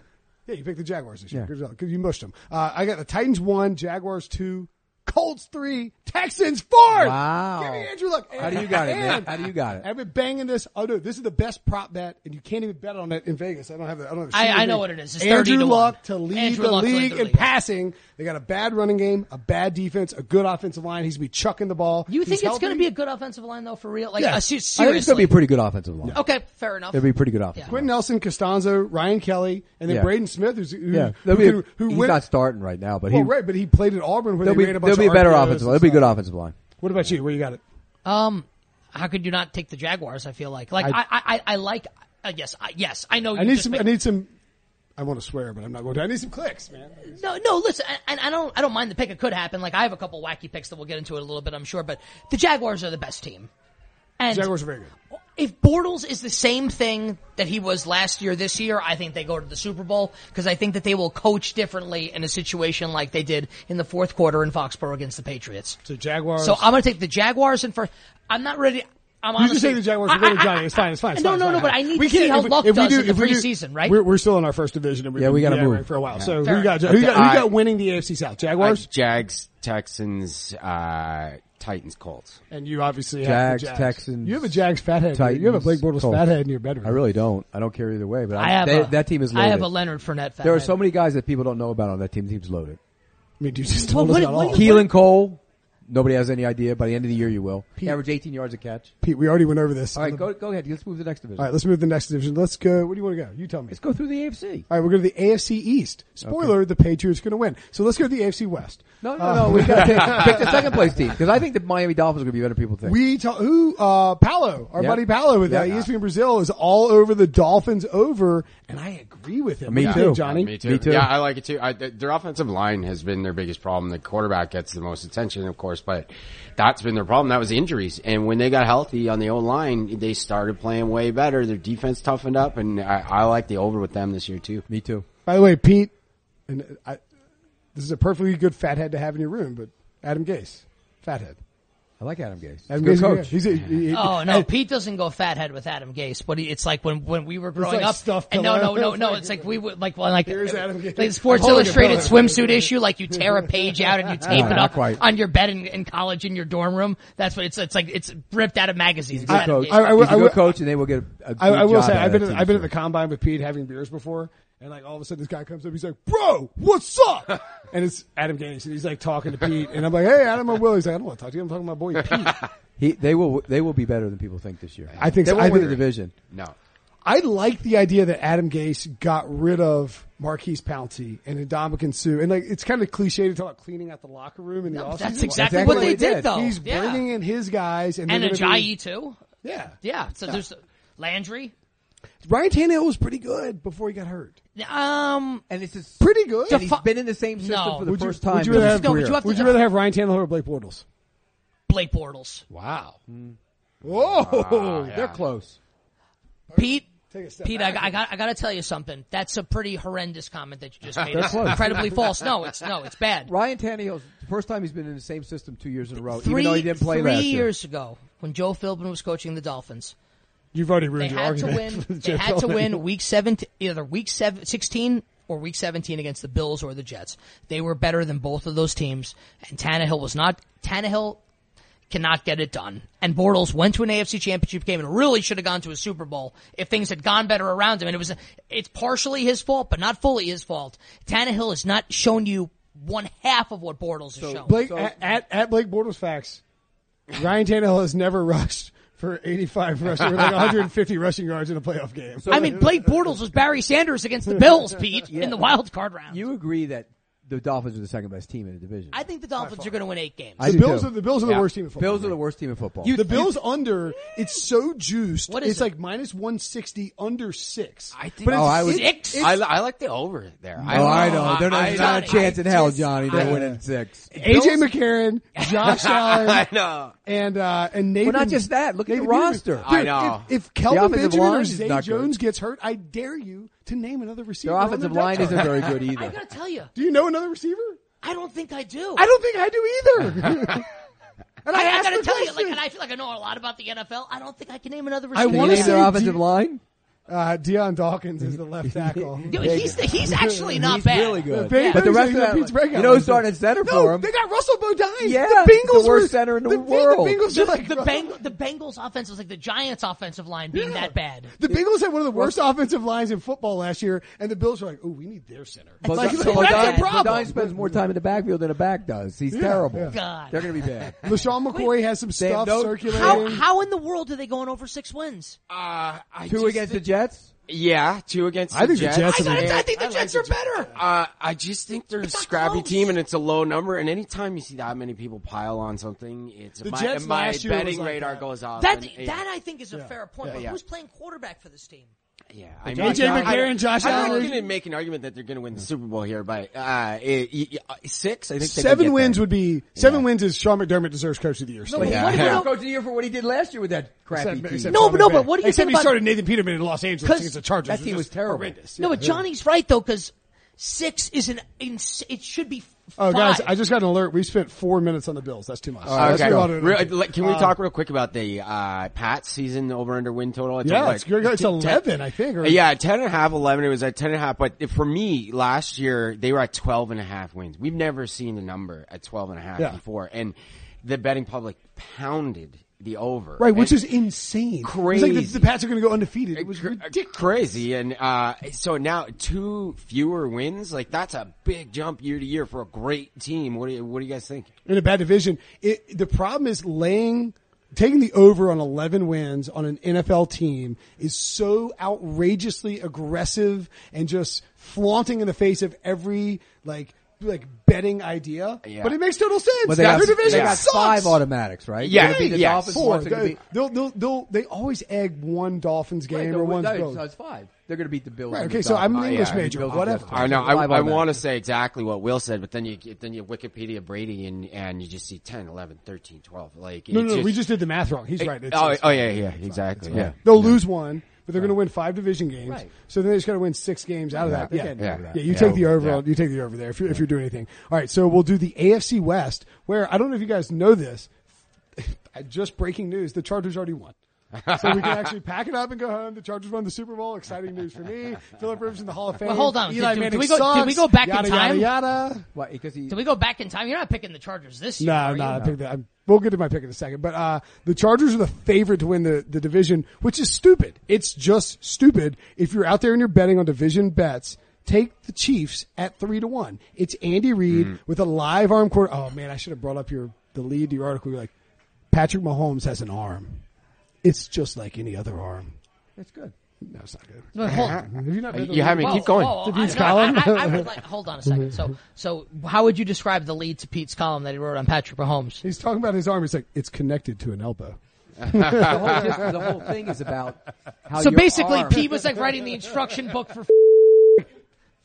[SPEAKER 1] Yeah, you picked the Jaguars this year.
[SPEAKER 3] Yeah.
[SPEAKER 1] Good result. 'Cause you mushed them. Uh, I got the Titans one, Jaguars two, Colts three, Texans four.
[SPEAKER 3] Wow.
[SPEAKER 1] Give me Andrew Luck.
[SPEAKER 3] How do you got it, man?
[SPEAKER 1] And-
[SPEAKER 3] How do you got it?
[SPEAKER 1] I've been banging this. Oh, dude, this is the best prop bet, and you can't even bet on it in Vegas. I don't have. The, I don't have. a
[SPEAKER 2] I-
[SPEAKER 1] sheet of
[SPEAKER 2] I know
[SPEAKER 1] these.
[SPEAKER 2] what it is. It's 30
[SPEAKER 1] Andrew
[SPEAKER 2] to one.
[SPEAKER 1] Luck to lead
[SPEAKER 2] Andrew
[SPEAKER 1] the
[SPEAKER 2] Luck to lead
[SPEAKER 1] league
[SPEAKER 2] the
[SPEAKER 1] in
[SPEAKER 2] league.
[SPEAKER 1] passing. They got a bad running game, a bad defense, a good offensive line. He's gonna be chucking the ball.
[SPEAKER 2] You
[SPEAKER 1] He's
[SPEAKER 2] think it's going
[SPEAKER 1] healthy.
[SPEAKER 2] to be a good offensive line though, for real? Like,
[SPEAKER 1] Yeah.
[SPEAKER 2] uh, se-
[SPEAKER 3] I think it's going
[SPEAKER 2] seriously.
[SPEAKER 3] to be a pretty good offensive line.
[SPEAKER 2] okay, fair enough.
[SPEAKER 3] It'll be a pretty good offensive
[SPEAKER 2] Yeah.
[SPEAKER 3] line.
[SPEAKER 1] Quinn Nelson, Costanzo, Ryan Kelly, and then
[SPEAKER 3] Yeah.
[SPEAKER 1] Braden Smith, who's, who,
[SPEAKER 3] Yeah,
[SPEAKER 1] who,
[SPEAKER 3] There'll be a-
[SPEAKER 1] can- who
[SPEAKER 3] he's
[SPEAKER 1] went-
[SPEAKER 3] not starting right now, but
[SPEAKER 1] Well,
[SPEAKER 3] he
[SPEAKER 1] right, but he played at Auburn where
[SPEAKER 3] there'll
[SPEAKER 1] they
[SPEAKER 3] be
[SPEAKER 1] ran a bunch
[SPEAKER 3] there'll be a
[SPEAKER 1] of
[SPEAKER 3] better
[SPEAKER 1] RPOs
[SPEAKER 3] offensive.
[SPEAKER 1] and
[SPEAKER 3] There'll be a
[SPEAKER 1] stuff.
[SPEAKER 3] good offensive line.
[SPEAKER 1] What about you? Where you got it?
[SPEAKER 2] Um, how could you not take the Jaguars? I feel like, like I, I, I, I like. Uh, yes, I, yes, I know.
[SPEAKER 1] I
[SPEAKER 2] you
[SPEAKER 1] need
[SPEAKER 2] just
[SPEAKER 1] some.
[SPEAKER 2] made-
[SPEAKER 1] I need some. I want to swear, but I'm not going to. I need some clicks, man.
[SPEAKER 2] No, no. Listen, I- and I don't, I don't mind the pick. It could happen. Like I have a couple wacky picks that we'll get into in a little bit, I'm sure. But the Jaguars are the best team. And
[SPEAKER 1] Jaguars are very good.
[SPEAKER 2] if Bortles is the same thing that he was last year, this year, I think they go to the Super Bowl because I think that they will coach differently in a situation like they did in the fourth quarter in Foxborough against the Patriots.
[SPEAKER 1] So Jaguars.
[SPEAKER 2] So I'm going to take the Jaguars in first. I'm not ready. I'm
[SPEAKER 1] you
[SPEAKER 2] honestly,
[SPEAKER 1] can say the Jaguars.
[SPEAKER 2] I-
[SPEAKER 1] We're going to
[SPEAKER 2] I-
[SPEAKER 1] Johnny. It's fine. It's fine. It's
[SPEAKER 2] no,
[SPEAKER 1] fine,
[SPEAKER 2] no,
[SPEAKER 1] it's
[SPEAKER 2] no.
[SPEAKER 1] fine.
[SPEAKER 2] But I need
[SPEAKER 1] We
[SPEAKER 2] to see
[SPEAKER 1] can't-
[SPEAKER 2] how
[SPEAKER 1] if we-
[SPEAKER 2] Luck
[SPEAKER 1] if we
[SPEAKER 2] does
[SPEAKER 1] do-
[SPEAKER 2] in the
[SPEAKER 1] if we do-
[SPEAKER 2] preseason, right?
[SPEAKER 1] We're, we're still in our first division, and we've
[SPEAKER 3] Yeah, we
[SPEAKER 1] been
[SPEAKER 3] gotta
[SPEAKER 1] yammering
[SPEAKER 3] move.
[SPEAKER 1] for a while.
[SPEAKER 3] Yeah.
[SPEAKER 1] So
[SPEAKER 2] Fair
[SPEAKER 1] who you got? Who
[SPEAKER 4] enough.
[SPEAKER 1] you got, who you
[SPEAKER 4] I-
[SPEAKER 1] got winning the AFC South? Jaguars.
[SPEAKER 4] Uh, Jags, Texans, uh, Titans, Colts.
[SPEAKER 1] and you obviously have
[SPEAKER 3] Jags,
[SPEAKER 1] the Jags.
[SPEAKER 3] Texans,
[SPEAKER 1] You have a Jags fathead.
[SPEAKER 3] Titans,
[SPEAKER 1] you have a Blake Bortles
[SPEAKER 3] Colts.
[SPEAKER 1] fathead in your bedroom.
[SPEAKER 3] I really don't. I don't care either way. But
[SPEAKER 2] I
[SPEAKER 3] I,
[SPEAKER 2] have
[SPEAKER 3] they-
[SPEAKER 2] a,
[SPEAKER 3] that team is. Loaded.
[SPEAKER 2] I have a Leonard Fournette. Fan
[SPEAKER 3] There are so many guys that people don't know about on that team. The team's loaded.
[SPEAKER 1] I mean, you just
[SPEAKER 2] Well,
[SPEAKER 1] told
[SPEAKER 2] what-
[SPEAKER 1] us about
[SPEAKER 2] what
[SPEAKER 1] all.
[SPEAKER 2] do you-
[SPEAKER 3] Keelan Cole. Nobody has any idea. By the end of the year, you will average 18 yards a catch.
[SPEAKER 1] Pete, we already went over this.
[SPEAKER 3] All right, go go ahead. Let's move to the next division.
[SPEAKER 1] All right, let's move to the next division. Let's go. Where do you want to go? You tell me.
[SPEAKER 3] Let's go through the AFC.
[SPEAKER 1] All right, we're going to the AFC East. Spoiler: the Patriots going to win. So let's go to the AFC West. Uh,
[SPEAKER 3] No, no, no. We got to pick, pick the second place team because I think the Miami Dolphins are going to be better than people think.
[SPEAKER 1] We talk, who, uh, Paolo, our
[SPEAKER 3] Yep.
[SPEAKER 1] buddy Paolo with uh,
[SPEAKER 3] Yep.
[SPEAKER 1] ESPN Brazil is all over the Dolphins over, and I agree with him.
[SPEAKER 3] Me
[SPEAKER 1] What do you think,
[SPEAKER 3] too.
[SPEAKER 1] Johnny.
[SPEAKER 4] Me too.
[SPEAKER 3] Me too.
[SPEAKER 4] Yeah, I like it too. I, th- their offensive line has been their biggest problem. The quarterback gets the most attention, of course, but that's been their problem. That was injuries. And when they got healthy on the O line, they started playing way better. Their defense toughened up, and I, I like the over with them this year too.
[SPEAKER 3] Me too.
[SPEAKER 1] By the way, Pete, and uh, I, this is a perfectly good fathead to have in your room, but Adam Gase, fathead.
[SPEAKER 3] I like Adam Gase.
[SPEAKER 1] Adam
[SPEAKER 3] He's
[SPEAKER 1] Gase,
[SPEAKER 3] a good coach.
[SPEAKER 1] He's a, he- he-
[SPEAKER 2] Oh no, Pete doesn't go fathead with Adam Gase, but he, it's like when when we were growing
[SPEAKER 1] like
[SPEAKER 2] up.
[SPEAKER 1] stuff
[SPEAKER 2] and no, no,
[SPEAKER 1] coming
[SPEAKER 2] no,
[SPEAKER 1] out.
[SPEAKER 2] no. It's like we would like well, like
[SPEAKER 1] Here's Adam
[SPEAKER 2] like
[SPEAKER 1] Gase.
[SPEAKER 2] Sports
[SPEAKER 1] Holding a
[SPEAKER 2] Illustrated
[SPEAKER 1] pillow.
[SPEAKER 2] swimsuit issue. Like you tear a page out and you tape
[SPEAKER 3] No,
[SPEAKER 2] it
[SPEAKER 3] not
[SPEAKER 2] up
[SPEAKER 3] quite.
[SPEAKER 2] on your bed in, in college in your dorm room. That's what it's. It's like it's ripped out of magazines.
[SPEAKER 3] He's a
[SPEAKER 2] Adam
[SPEAKER 3] good
[SPEAKER 2] Gase.
[SPEAKER 3] coach.
[SPEAKER 1] I- I will-
[SPEAKER 3] He's a
[SPEAKER 1] I will-
[SPEAKER 3] good coach, and they will get. A good
[SPEAKER 1] I, I will
[SPEAKER 3] job
[SPEAKER 1] say,
[SPEAKER 3] out of
[SPEAKER 1] I've been,
[SPEAKER 3] that
[SPEAKER 1] at,
[SPEAKER 3] team
[SPEAKER 1] I've been
[SPEAKER 3] this
[SPEAKER 1] at the
[SPEAKER 3] year.
[SPEAKER 1] combine with Pete having beers before, and like all of a sudden this guy comes up, he's like, "Bro, what's up?" And it's Adam Gase, and he's like talking to Pete, and I'm like, "Hey, Adam, I'm Will." He's like, "I don't want to talk to you. I'm talking to my boy Pete."
[SPEAKER 3] He, they will. They will be better than people think this year.
[SPEAKER 1] I think
[SPEAKER 3] they
[SPEAKER 1] so.
[SPEAKER 3] won't
[SPEAKER 1] I
[SPEAKER 3] win
[SPEAKER 1] think-
[SPEAKER 3] the division.
[SPEAKER 4] No.
[SPEAKER 1] I like the idea that Adam Gase got rid of Marquise Pouncey and Indomitian Sue, and like it's kind of cliche to talk about cleaning out the locker room in the
[SPEAKER 2] No,
[SPEAKER 1] offseason.
[SPEAKER 2] that's
[SPEAKER 1] Well,
[SPEAKER 2] exactly,
[SPEAKER 3] exactly
[SPEAKER 2] what
[SPEAKER 3] what
[SPEAKER 2] they
[SPEAKER 3] he
[SPEAKER 2] did,
[SPEAKER 3] did.
[SPEAKER 2] though.
[SPEAKER 1] He's
[SPEAKER 2] yeah.
[SPEAKER 1] bringing in his guys, and,
[SPEAKER 2] and
[SPEAKER 1] they're gonna be-
[SPEAKER 2] Ajayi too.
[SPEAKER 1] yeah,
[SPEAKER 2] Yeah. So there's Landry.
[SPEAKER 1] Ryan Tannehill was pretty good before he got hurt.
[SPEAKER 2] Um.
[SPEAKER 3] And it's just
[SPEAKER 1] Pretty good.
[SPEAKER 3] And he's
[SPEAKER 2] fu-
[SPEAKER 3] been in the same system
[SPEAKER 2] No.
[SPEAKER 3] for the
[SPEAKER 2] Would
[SPEAKER 1] you-
[SPEAKER 3] first
[SPEAKER 1] would
[SPEAKER 3] time.
[SPEAKER 1] you
[SPEAKER 3] in
[SPEAKER 1] rather
[SPEAKER 3] his
[SPEAKER 1] have-
[SPEAKER 2] No, would
[SPEAKER 3] career.
[SPEAKER 2] you have to-
[SPEAKER 1] Would you rather have Ryan Tannehill or Blake Bortles?
[SPEAKER 2] Blake Bortles.
[SPEAKER 1] Wow. Whoa.
[SPEAKER 3] They're close.
[SPEAKER 2] Pete.
[SPEAKER 1] Take a step
[SPEAKER 2] Pete, I,
[SPEAKER 1] back.
[SPEAKER 2] I got I got to tell you something. That's a pretty horrendous comment that you just made.
[SPEAKER 3] They're
[SPEAKER 2] It's
[SPEAKER 3] close.
[SPEAKER 2] incredibly false. No, it's no, it's bad.
[SPEAKER 3] Ryan Tannehill's the first time he's been in the same system two years in a row,
[SPEAKER 2] Three,
[SPEAKER 3] even though he didn't play
[SPEAKER 2] three
[SPEAKER 3] last year.
[SPEAKER 2] years ago, when Joe Philbin was coaching the Dolphins,
[SPEAKER 1] You've already
[SPEAKER 2] they
[SPEAKER 1] ruined your
[SPEAKER 2] had to
[SPEAKER 1] argument.
[SPEAKER 2] win.
[SPEAKER 1] for the
[SPEAKER 2] They had
[SPEAKER 1] Jets
[SPEAKER 2] to
[SPEAKER 1] already.
[SPEAKER 2] win week seventeen, either week seven, sixteen or week seventeen against the Bills or the Jets. They were better than both of those teams, and Tannehill was not. Tannehill cannot get it done. And Bortles went to an AFC Championship game and really should have gone to a Super Bowl if things had gone better around him. And it was, it's partially his fault, but not fully his fault. Tannehill has not shown you one half of what Bortles has shown.
[SPEAKER 1] Blake at, at at Blake Bortles facts. Ryan Tannehill has never rushed for 85 rushing, or like 150 rushing yards in a playoff game.
[SPEAKER 2] I mean, Blake Bortles was Barry Sanders against the Bills, Pete, in the wild card round.
[SPEAKER 3] You agree that the Dolphins are the second best team in the division.
[SPEAKER 2] I think the Dolphins are going to win eight games.
[SPEAKER 3] I
[SPEAKER 1] The
[SPEAKER 3] do
[SPEAKER 1] Bills
[SPEAKER 3] too.
[SPEAKER 1] are- the Bills are the worst team in football,
[SPEAKER 3] Bills are
[SPEAKER 1] right?
[SPEAKER 3] the worst team in football.
[SPEAKER 1] the Bills under, it's so juiced.
[SPEAKER 2] What is
[SPEAKER 1] it's
[SPEAKER 2] it?
[SPEAKER 1] like minus 160 under six.
[SPEAKER 4] I think-
[SPEAKER 1] but it's,
[SPEAKER 3] Oh, I would-
[SPEAKER 2] Six?
[SPEAKER 1] it's-
[SPEAKER 4] I, li- I like the over there.
[SPEAKER 3] oh, I know. They're not,
[SPEAKER 4] I-
[SPEAKER 3] there's not
[SPEAKER 2] I-
[SPEAKER 3] a chance in hell,
[SPEAKER 2] just-
[SPEAKER 3] Johnny. They're
[SPEAKER 2] I-
[SPEAKER 3] winning six.
[SPEAKER 1] AJ McCarron, Josh
[SPEAKER 4] I
[SPEAKER 1] Allen,
[SPEAKER 4] know.
[SPEAKER 1] and uh, and Nathan.
[SPEAKER 3] Well, not just that. Look at the
[SPEAKER 1] Nathan
[SPEAKER 3] roster.
[SPEAKER 1] Dude,
[SPEAKER 4] I know.
[SPEAKER 1] If, if Kelvin
[SPEAKER 3] offensive
[SPEAKER 1] Benjamin
[SPEAKER 3] line
[SPEAKER 1] or
[SPEAKER 3] is
[SPEAKER 1] Zay
[SPEAKER 3] not good.
[SPEAKER 1] Jones gets hurt, I dare you to name another receiver.
[SPEAKER 3] Their
[SPEAKER 1] on
[SPEAKER 3] offensive
[SPEAKER 1] their
[SPEAKER 3] line
[SPEAKER 1] depth
[SPEAKER 3] isn't
[SPEAKER 1] chart.
[SPEAKER 3] very good
[SPEAKER 2] I
[SPEAKER 3] either.
[SPEAKER 2] got to tell you,
[SPEAKER 1] Do you know another receiver?
[SPEAKER 2] I don't think I do.
[SPEAKER 1] I don't think I do either. and I,
[SPEAKER 2] I,
[SPEAKER 1] asked
[SPEAKER 2] got to
[SPEAKER 1] the
[SPEAKER 2] tell you, like,
[SPEAKER 1] question.
[SPEAKER 2] and I feel like I know a lot about the NFL. I don't think I can name another
[SPEAKER 1] I
[SPEAKER 2] receiver.
[SPEAKER 3] Can you
[SPEAKER 1] wanna
[SPEAKER 3] name
[SPEAKER 1] say
[SPEAKER 3] their offensive
[SPEAKER 1] D-
[SPEAKER 3] line?
[SPEAKER 1] uh, Deion Dawkins is the left tackle.
[SPEAKER 2] Dude, he's the, he's actually not
[SPEAKER 3] He's
[SPEAKER 2] bad.
[SPEAKER 3] really good.
[SPEAKER 1] Baker-
[SPEAKER 3] but the rest of
[SPEAKER 1] he's a
[SPEAKER 3] that,
[SPEAKER 1] Pete's breakout
[SPEAKER 3] you know, who's
[SPEAKER 1] center.
[SPEAKER 3] starting at center
[SPEAKER 1] no,
[SPEAKER 3] for him.
[SPEAKER 1] they got Russell Bodine.
[SPEAKER 3] Yeah,
[SPEAKER 1] the Bengals
[SPEAKER 3] he's the worst
[SPEAKER 1] were-
[SPEAKER 3] center in the
[SPEAKER 1] The
[SPEAKER 3] world.
[SPEAKER 1] Bengals
[SPEAKER 2] The,
[SPEAKER 1] are like
[SPEAKER 2] the,
[SPEAKER 1] Russell-
[SPEAKER 2] Beng- the Bengals offense was like the Giants offensive line being that bad.
[SPEAKER 1] The Bengals had one of the worst offensive lines in football last year, and the Bills were like, "Oh, we need their center."
[SPEAKER 3] But
[SPEAKER 1] like,
[SPEAKER 3] Di-
[SPEAKER 1] that's
[SPEAKER 3] but
[SPEAKER 1] a
[SPEAKER 3] Di- but
[SPEAKER 1] problem.
[SPEAKER 3] Di spends more time in the backfield than a back does. He's terrible.
[SPEAKER 1] yeah.
[SPEAKER 2] God.
[SPEAKER 3] They're going to be bad.
[SPEAKER 1] LaShawn McCoy has some
[SPEAKER 3] have
[SPEAKER 1] stuff
[SPEAKER 3] no-
[SPEAKER 1] circulating.
[SPEAKER 2] How how in the world are they going over six wins?
[SPEAKER 4] Uh, I
[SPEAKER 3] Two
[SPEAKER 4] just
[SPEAKER 3] against the Jets.
[SPEAKER 4] Yeah, two against.
[SPEAKER 1] I think the Jets
[SPEAKER 2] I,
[SPEAKER 1] are-
[SPEAKER 2] gotta, I think the
[SPEAKER 4] like
[SPEAKER 2] Jets
[SPEAKER 4] the
[SPEAKER 2] are better.
[SPEAKER 4] Uh, I just think they're a
[SPEAKER 2] not
[SPEAKER 4] scrappy
[SPEAKER 2] close.
[SPEAKER 4] team, and it's a low number. And anytime you see that many people pile on something, it's my,
[SPEAKER 1] Jets
[SPEAKER 4] my
[SPEAKER 1] last year was
[SPEAKER 4] betting
[SPEAKER 1] like
[SPEAKER 4] radar
[SPEAKER 1] that.
[SPEAKER 4] goes off.
[SPEAKER 2] That
[SPEAKER 4] and it-
[SPEAKER 2] that I think is a fair point. but
[SPEAKER 4] yeah.
[SPEAKER 2] who's playing quarterback for this team?
[SPEAKER 4] yeah, I mean,
[SPEAKER 1] AJ
[SPEAKER 4] I-
[SPEAKER 1] McCarron, Josh
[SPEAKER 4] I'm
[SPEAKER 1] Allen.
[SPEAKER 4] not going to make an argument that they're going to win the Super Bowl here, but uh, it, y- y- uh, six, I think they could
[SPEAKER 1] Seven
[SPEAKER 4] get
[SPEAKER 1] wins
[SPEAKER 4] there.
[SPEAKER 1] would be seven wins is Sean McDermott deserves coach of the year. So
[SPEAKER 2] but
[SPEAKER 1] yeah.
[SPEAKER 2] what
[SPEAKER 4] Yeah.
[SPEAKER 2] about-
[SPEAKER 3] Coach of the year for what he did last year with that crappy
[SPEAKER 1] Except-
[SPEAKER 3] team.
[SPEAKER 1] except
[SPEAKER 2] No,
[SPEAKER 1] Sean
[SPEAKER 2] but no,
[SPEAKER 1] McVay.
[SPEAKER 2] but what do you
[SPEAKER 1] Except
[SPEAKER 2] think
[SPEAKER 1] he
[SPEAKER 2] about-
[SPEAKER 1] started Nathan Peterman in Los Angeles
[SPEAKER 2] 'Cause
[SPEAKER 1] against the Chargers.
[SPEAKER 3] that
[SPEAKER 1] It
[SPEAKER 3] team was
[SPEAKER 1] just
[SPEAKER 3] terrible.
[SPEAKER 1] horrendous.
[SPEAKER 2] No, but Johnny's right though because six is an ins- it should be.
[SPEAKER 1] Oh,
[SPEAKER 2] five.
[SPEAKER 1] guys, I just got an alert. We spent four minutes on the Bills. That's too much. That's
[SPEAKER 4] Okay,
[SPEAKER 1] too much. Uh,
[SPEAKER 4] Real- uh, like, can we talk real quick about the uh, Pats season over under win total? It's
[SPEAKER 1] Yeah,
[SPEAKER 4] like-
[SPEAKER 1] it's, good. it's
[SPEAKER 4] ten-
[SPEAKER 1] eleven, I think. Or,
[SPEAKER 4] Yeah, 10 and a half, 11. It was at 10 and a half. But for me, last year, they were at 12 and a half wins. We've never seen the number at 12 and a half
[SPEAKER 1] Yeah.
[SPEAKER 4] before. And the betting public pounded the over.
[SPEAKER 1] right, which
[SPEAKER 4] And
[SPEAKER 1] is insane. It's like the,
[SPEAKER 4] Crazy.
[SPEAKER 1] the Pats are going to go undefeated. It was
[SPEAKER 4] cr-
[SPEAKER 1] ridiculous.
[SPEAKER 4] Crazy. And, uh, so now two fewer wins, like that's a big jump year to year for a great team. What do you, what do you guys think?
[SPEAKER 1] in a bad division. It, the problem is laying, taking the over on 11 wins on an NFL team is so outrageously aggressive and just flaunting in the face of every like, like betting idea.
[SPEAKER 4] Yeah.
[SPEAKER 1] But it makes total sense.
[SPEAKER 3] But they
[SPEAKER 1] Their
[SPEAKER 3] got,
[SPEAKER 1] division
[SPEAKER 3] they got
[SPEAKER 1] sucks.
[SPEAKER 3] five automatics, right?
[SPEAKER 4] Yeah,
[SPEAKER 3] They're gonna beat the
[SPEAKER 4] yeah,
[SPEAKER 3] Dolphins
[SPEAKER 1] Four.
[SPEAKER 3] once, they're gonna
[SPEAKER 1] They,
[SPEAKER 3] beat-
[SPEAKER 1] will they'll, they'll, they always egg one Dolphins game
[SPEAKER 3] Right,
[SPEAKER 1] or
[SPEAKER 3] they're-
[SPEAKER 1] one
[SPEAKER 3] no,
[SPEAKER 1] Bills.
[SPEAKER 3] so it's five. They're going to beat the Bills.
[SPEAKER 1] Right,
[SPEAKER 3] and
[SPEAKER 1] okay,
[SPEAKER 3] the
[SPEAKER 1] so I'm an
[SPEAKER 3] Dolphins.
[SPEAKER 1] English
[SPEAKER 4] yeah, the
[SPEAKER 1] major,
[SPEAKER 3] Bills and
[SPEAKER 1] whatever.
[SPEAKER 3] the Dolphins.
[SPEAKER 4] I know. I,
[SPEAKER 3] Five
[SPEAKER 4] I
[SPEAKER 3] automatic.
[SPEAKER 4] want to say exactly what Will said, but then you get- then you Wikipedia Brady and and you just see 10, 11, 13, 12. Like
[SPEAKER 1] No,
[SPEAKER 4] it's
[SPEAKER 1] no, no, we just did the math wrong. He's right. It's-
[SPEAKER 4] oh,
[SPEAKER 1] it's-
[SPEAKER 4] oh yeah, yeah, exactly. Yeah.
[SPEAKER 1] They'll lose one, but they're going to win five division games.
[SPEAKER 3] Right.
[SPEAKER 1] So then they just got to win six games out of that.
[SPEAKER 3] they
[SPEAKER 1] Yeah,
[SPEAKER 3] can't
[SPEAKER 1] yeah.
[SPEAKER 3] do that.
[SPEAKER 1] you
[SPEAKER 4] Yeah.
[SPEAKER 1] take the over.
[SPEAKER 4] Yeah.
[SPEAKER 1] on- You take the over there if you're, if you're doing anything. All right, so we'll do the AFC West, where I don't know if you guys know this. Just breaking news: the Chargers already won. so we can actually pack it up and go home. The Chargers won the Super Bowl. Exciting news for me. Philip Rivers in the Hall of Fame.
[SPEAKER 2] Well, hold on.
[SPEAKER 1] Eli
[SPEAKER 2] Did- did
[SPEAKER 1] Manning
[SPEAKER 2] we go- did
[SPEAKER 1] sucks.
[SPEAKER 2] we go back in
[SPEAKER 1] yada,
[SPEAKER 2] time?
[SPEAKER 1] Yada yada.
[SPEAKER 3] Why? Because he,
[SPEAKER 2] Do we go back in time? You're not picking the Chargers this year.
[SPEAKER 1] No,
[SPEAKER 2] are
[SPEAKER 1] no,
[SPEAKER 2] you?
[SPEAKER 1] I picked that. I'm, we'll get to my pick in a second. But uh, the Chargers are the favorite to win the, the division, which is stupid. It's just stupid. If you're out there and you're betting on division bets, take the Chiefs at three to one. It's Andy Reid with a live arm quarter. Oh man, I should have brought up your the lead to your article. You're like, Patrick Mahomes has an arm. It's just like any other arm.
[SPEAKER 3] That's good.
[SPEAKER 1] No, it's not good.
[SPEAKER 2] But hold on.
[SPEAKER 1] Have you not been to
[SPEAKER 4] You
[SPEAKER 1] the-
[SPEAKER 4] have me. Keep going.
[SPEAKER 2] whoa,
[SPEAKER 1] To
[SPEAKER 2] I-
[SPEAKER 1] Pete's
[SPEAKER 2] no, I-
[SPEAKER 1] column?
[SPEAKER 2] I, I would like, hold on a second. So, so how would you describe the lead to Pete's column that he wrote on Patrick Mahomes?
[SPEAKER 1] He's talking about his arm. He's like, it's connected to an elbow.
[SPEAKER 3] The whole, the whole thing is about
[SPEAKER 1] Oh,
[SPEAKER 3] how.
[SPEAKER 2] So
[SPEAKER 3] your
[SPEAKER 2] basically,
[SPEAKER 3] arm-
[SPEAKER 2] Pete was like writing the instruction book for.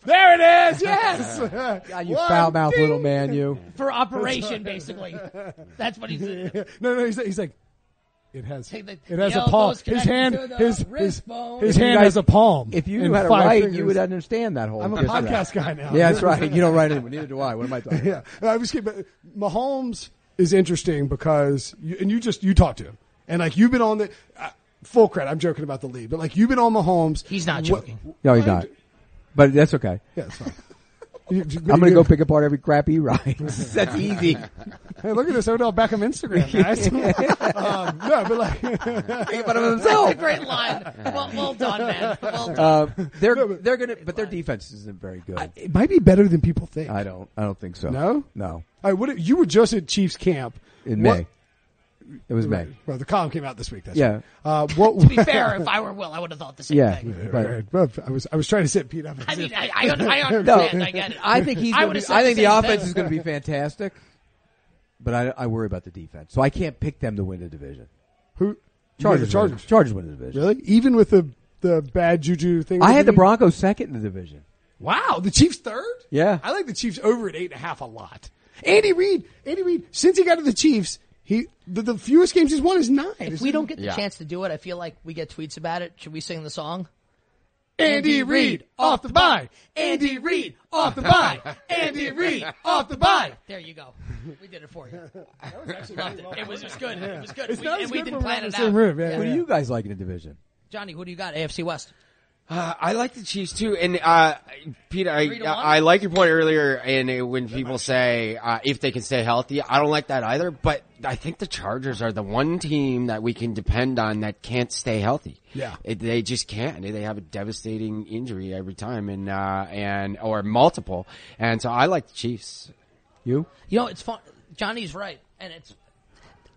[SPEAKER 1] There it is. Yes.
[SPEAKER 3] God, you
[SPEAKER 1] One,
[SPEAKER 3] foul mouth
[SPEAKER 1] ding.
[SPEAKER 3] little man, you.
[SPEAKER 2] for operation, basically. That's what he's. Take
[SPEAKER 1] No, no, he's, he's like, it has,
[SPEAKER 2] Take the-
[SPEAKER 1] it has
[SPEAKER 2] the
[SPEAKER 1] a palm.
[SPEAKER 2] elbows
[SPEAKER 1] His
[SPEAKER 2] connected
[SPEAKER 1] hand,
[SPEAKER 2] to the
[SPEAKER 1] his, his,
[SPEAKER 2] wrist bone.
[SPEAKER 1] his
[SPEAKER 3] If you
[SPEAKER 1] hand
[SPEAKER 3] guys-
[SPEAKER 1] has a palm.
[SPEAKER 3] If you
[SPEAKER 1] and
[SPEAKER 3] knew how to
[SPEAKER 1] five
[SPEAKER 3] write,
[SPEAKER 1] fingers.
[SPEAKER 3] you would understand that whole.
[SPEAKER 1] I'm a
[SPEAKER 3] history.
[SPEAKER 1] podcast guy now.
[SPEAKER 3] Yeah, that's right. You don't write it. Neither do I. What am I talking? about?
[SPEAKER 1] Yeah. I was kidding, but Mahomes is interesting because, you, and you just, you talked to him. And like, you've been on the, uh, full credit, I'm joking about the lead, but like, you've been on Mahomes.
[SPEAKER 2] He's not
[SPEAKER 1] What-
[SPEAKER 2] joking.
[SPEAKER 3] No, he's not. But that's okay.
[SPEAKER 1] yeah, it's fine. You- you-
[SPEAKER 3] I'm going
[SPEAKER 1] you-
[SPEAKER 3] to go pick apart every crap he writes. that's easy.
[SPEAKER 1] Hey, look at this Odell Beckham Instagram, guys. um, no, but like,
[SPEAKER 3] Think about him
[SPEAKER 2] That's a
[SPEAKER 3] himself.
[SPEAKER 2] great line. Well, well done, man. Well done.
[SPEAKER 1] Uh,
[SPEAKER 3] Um, they're they're gonna, but their defense isn't very good. I,
[SPEAKER 1] it might be better than people think.
[SPEAKER 3] don't. I don't think so.
[SPEAKER 1] No?
[SPEAKER 3] No.
[SPEAKER 1] All right, what you were just at Chiefs camp
[SPEAKER 3] In
[SPEAKER 1] What-
[SPEAKER 3] May. It was May.
[SPEAKER 1] Well, the column came out this week. That's
[SPEAKER 3] Yeah.
[SPEAKER 1] right. Uh, what?
[SPEAKER 2] To be fair, if I were Will, I would have thought the same
[SPEAKER 3] Yeah.
[SPEAKER 2] thing.
[SPEAKER 1] Right, right. Well, I was I was trying to sit Pete up.
[SPEAKER 2] I mean, I, I, un- I
[SPEAKER 3] No,
[SPEAKER 2] understand. I get it.
[SPEAKER 3] I think he's.
[SPEAKER 2] I
[SPEAKER 3] Gonna
[SPEAKER 2] would
[SPEAKER 3] be,
[SPEAKER 2] have said
[SPEAKER 3] I think the,
[SPEAKER 2] same
[SPEAKER 3] offense
[SPEAKER 2] thing.
[SPEAKER 3] is going to be fantastic, but I, I worry about the defense. So I can't pick them to win the division.
[SPEAKER 1] who?
[SPEAKER 3] Chargers,
[SPEAKER 1] Yeah, the
[SPEAKER 3] Chargers, Chargers win the division.
[SPEAKER 1] Really? Even with the the bad juju thing.
[SPEAKER 3] I
[SPEAKER 1] with
[SPEAKER 3] had the
[SPEAKER 1] you?
[SPEAKER 3] Broncos second in the division.
[SPEAKER 1] Wow, the Chiefs third?
[SPEAKER 3] Yeah.
[SPEAKER 1] I like the Chiefs over at eight and a half a lot. Andy Reid, Andy Reid, since he got to the Chiefs, he the, the fewest games he's won is nine.
[SPEAKER 2] If we don't get the
[SPEAKER 4] Yeah.
[SPEAKER 2] chance to do it, I feel like we get tweets about it. Should we sing the song?
[SPEAKER 1] Andy Reid off the bye. Andy Reid off the bye. Andy Reid off the bye.
[SPEAKER 2] There you go. We did it for you. Loved it. It was, it was good. It was good.
[SPEAKER 1] It's
[SPEAKER 2] we,
[SPEAKER 1] not as
[SPEAKER 2] and we
[SPEAKER 1] good
[SPEAKER 2] didn't
[SPEAKER 1] when we're
[SPEAKER 2] plan
[SPEAKER 1] in
[SPEAKER 2] it
[SPEAKER 1] the same
[SPEAKER 2] out.
[SPEAKER 1] room, yeah.
[SPEAKER 3] What do you guys like in the division?
[SPEAKER 2] Johnny, who do you got? AFC West.
[SPEAKER 4] Uh, I like the Chiefs too, and uh, Pete, I,
[SPEAKER 2] Three to one?
[SPEAKER 4] I like your point earlier, and uh, when people say uh, if they can stay healthy, I don't like that either. But I think the Chargers are the one team that we can depend on that can't stay healthy.
[SPEAKER 1] Yeah.
[SPEAKER 4] It- they just can't. They- They have a devastating injury every time, and uh, and or multiple, and so I like the Chiefs.
[SPEAKER 3] You?
[SPEAKER 2] You know, it's fun. Johnny's right, and it's.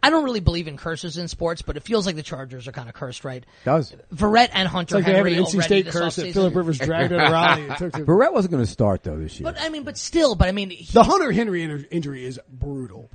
[SPEAKER 2] I don't really believe in curses in sports, but it feels like the Chargers are kind of cursed, right?
[SPEAKER 3] Does
[SPEAKER 2] Verrett and Hunter
[SPEAKER 1] Like they have
[SPEAKER 2] Henry
[SPEAKER 1] an NC
[SPEAKER 2] already
[SPEAKER 1] State
[SPEAKER 2] this
[SPEAKER 1] curse that
[SPEAKER 2] offseason.
[SPEAKER 1] Philip Rivers dragged out of Raleigh and took to
[SPEAKER 3] Barrett wasn't going to start though this year.
[SPEAKER 2] But I mean, but still, but I mean, he,
[SPEAKER 1] the Hunter Henry in- injury is brutal.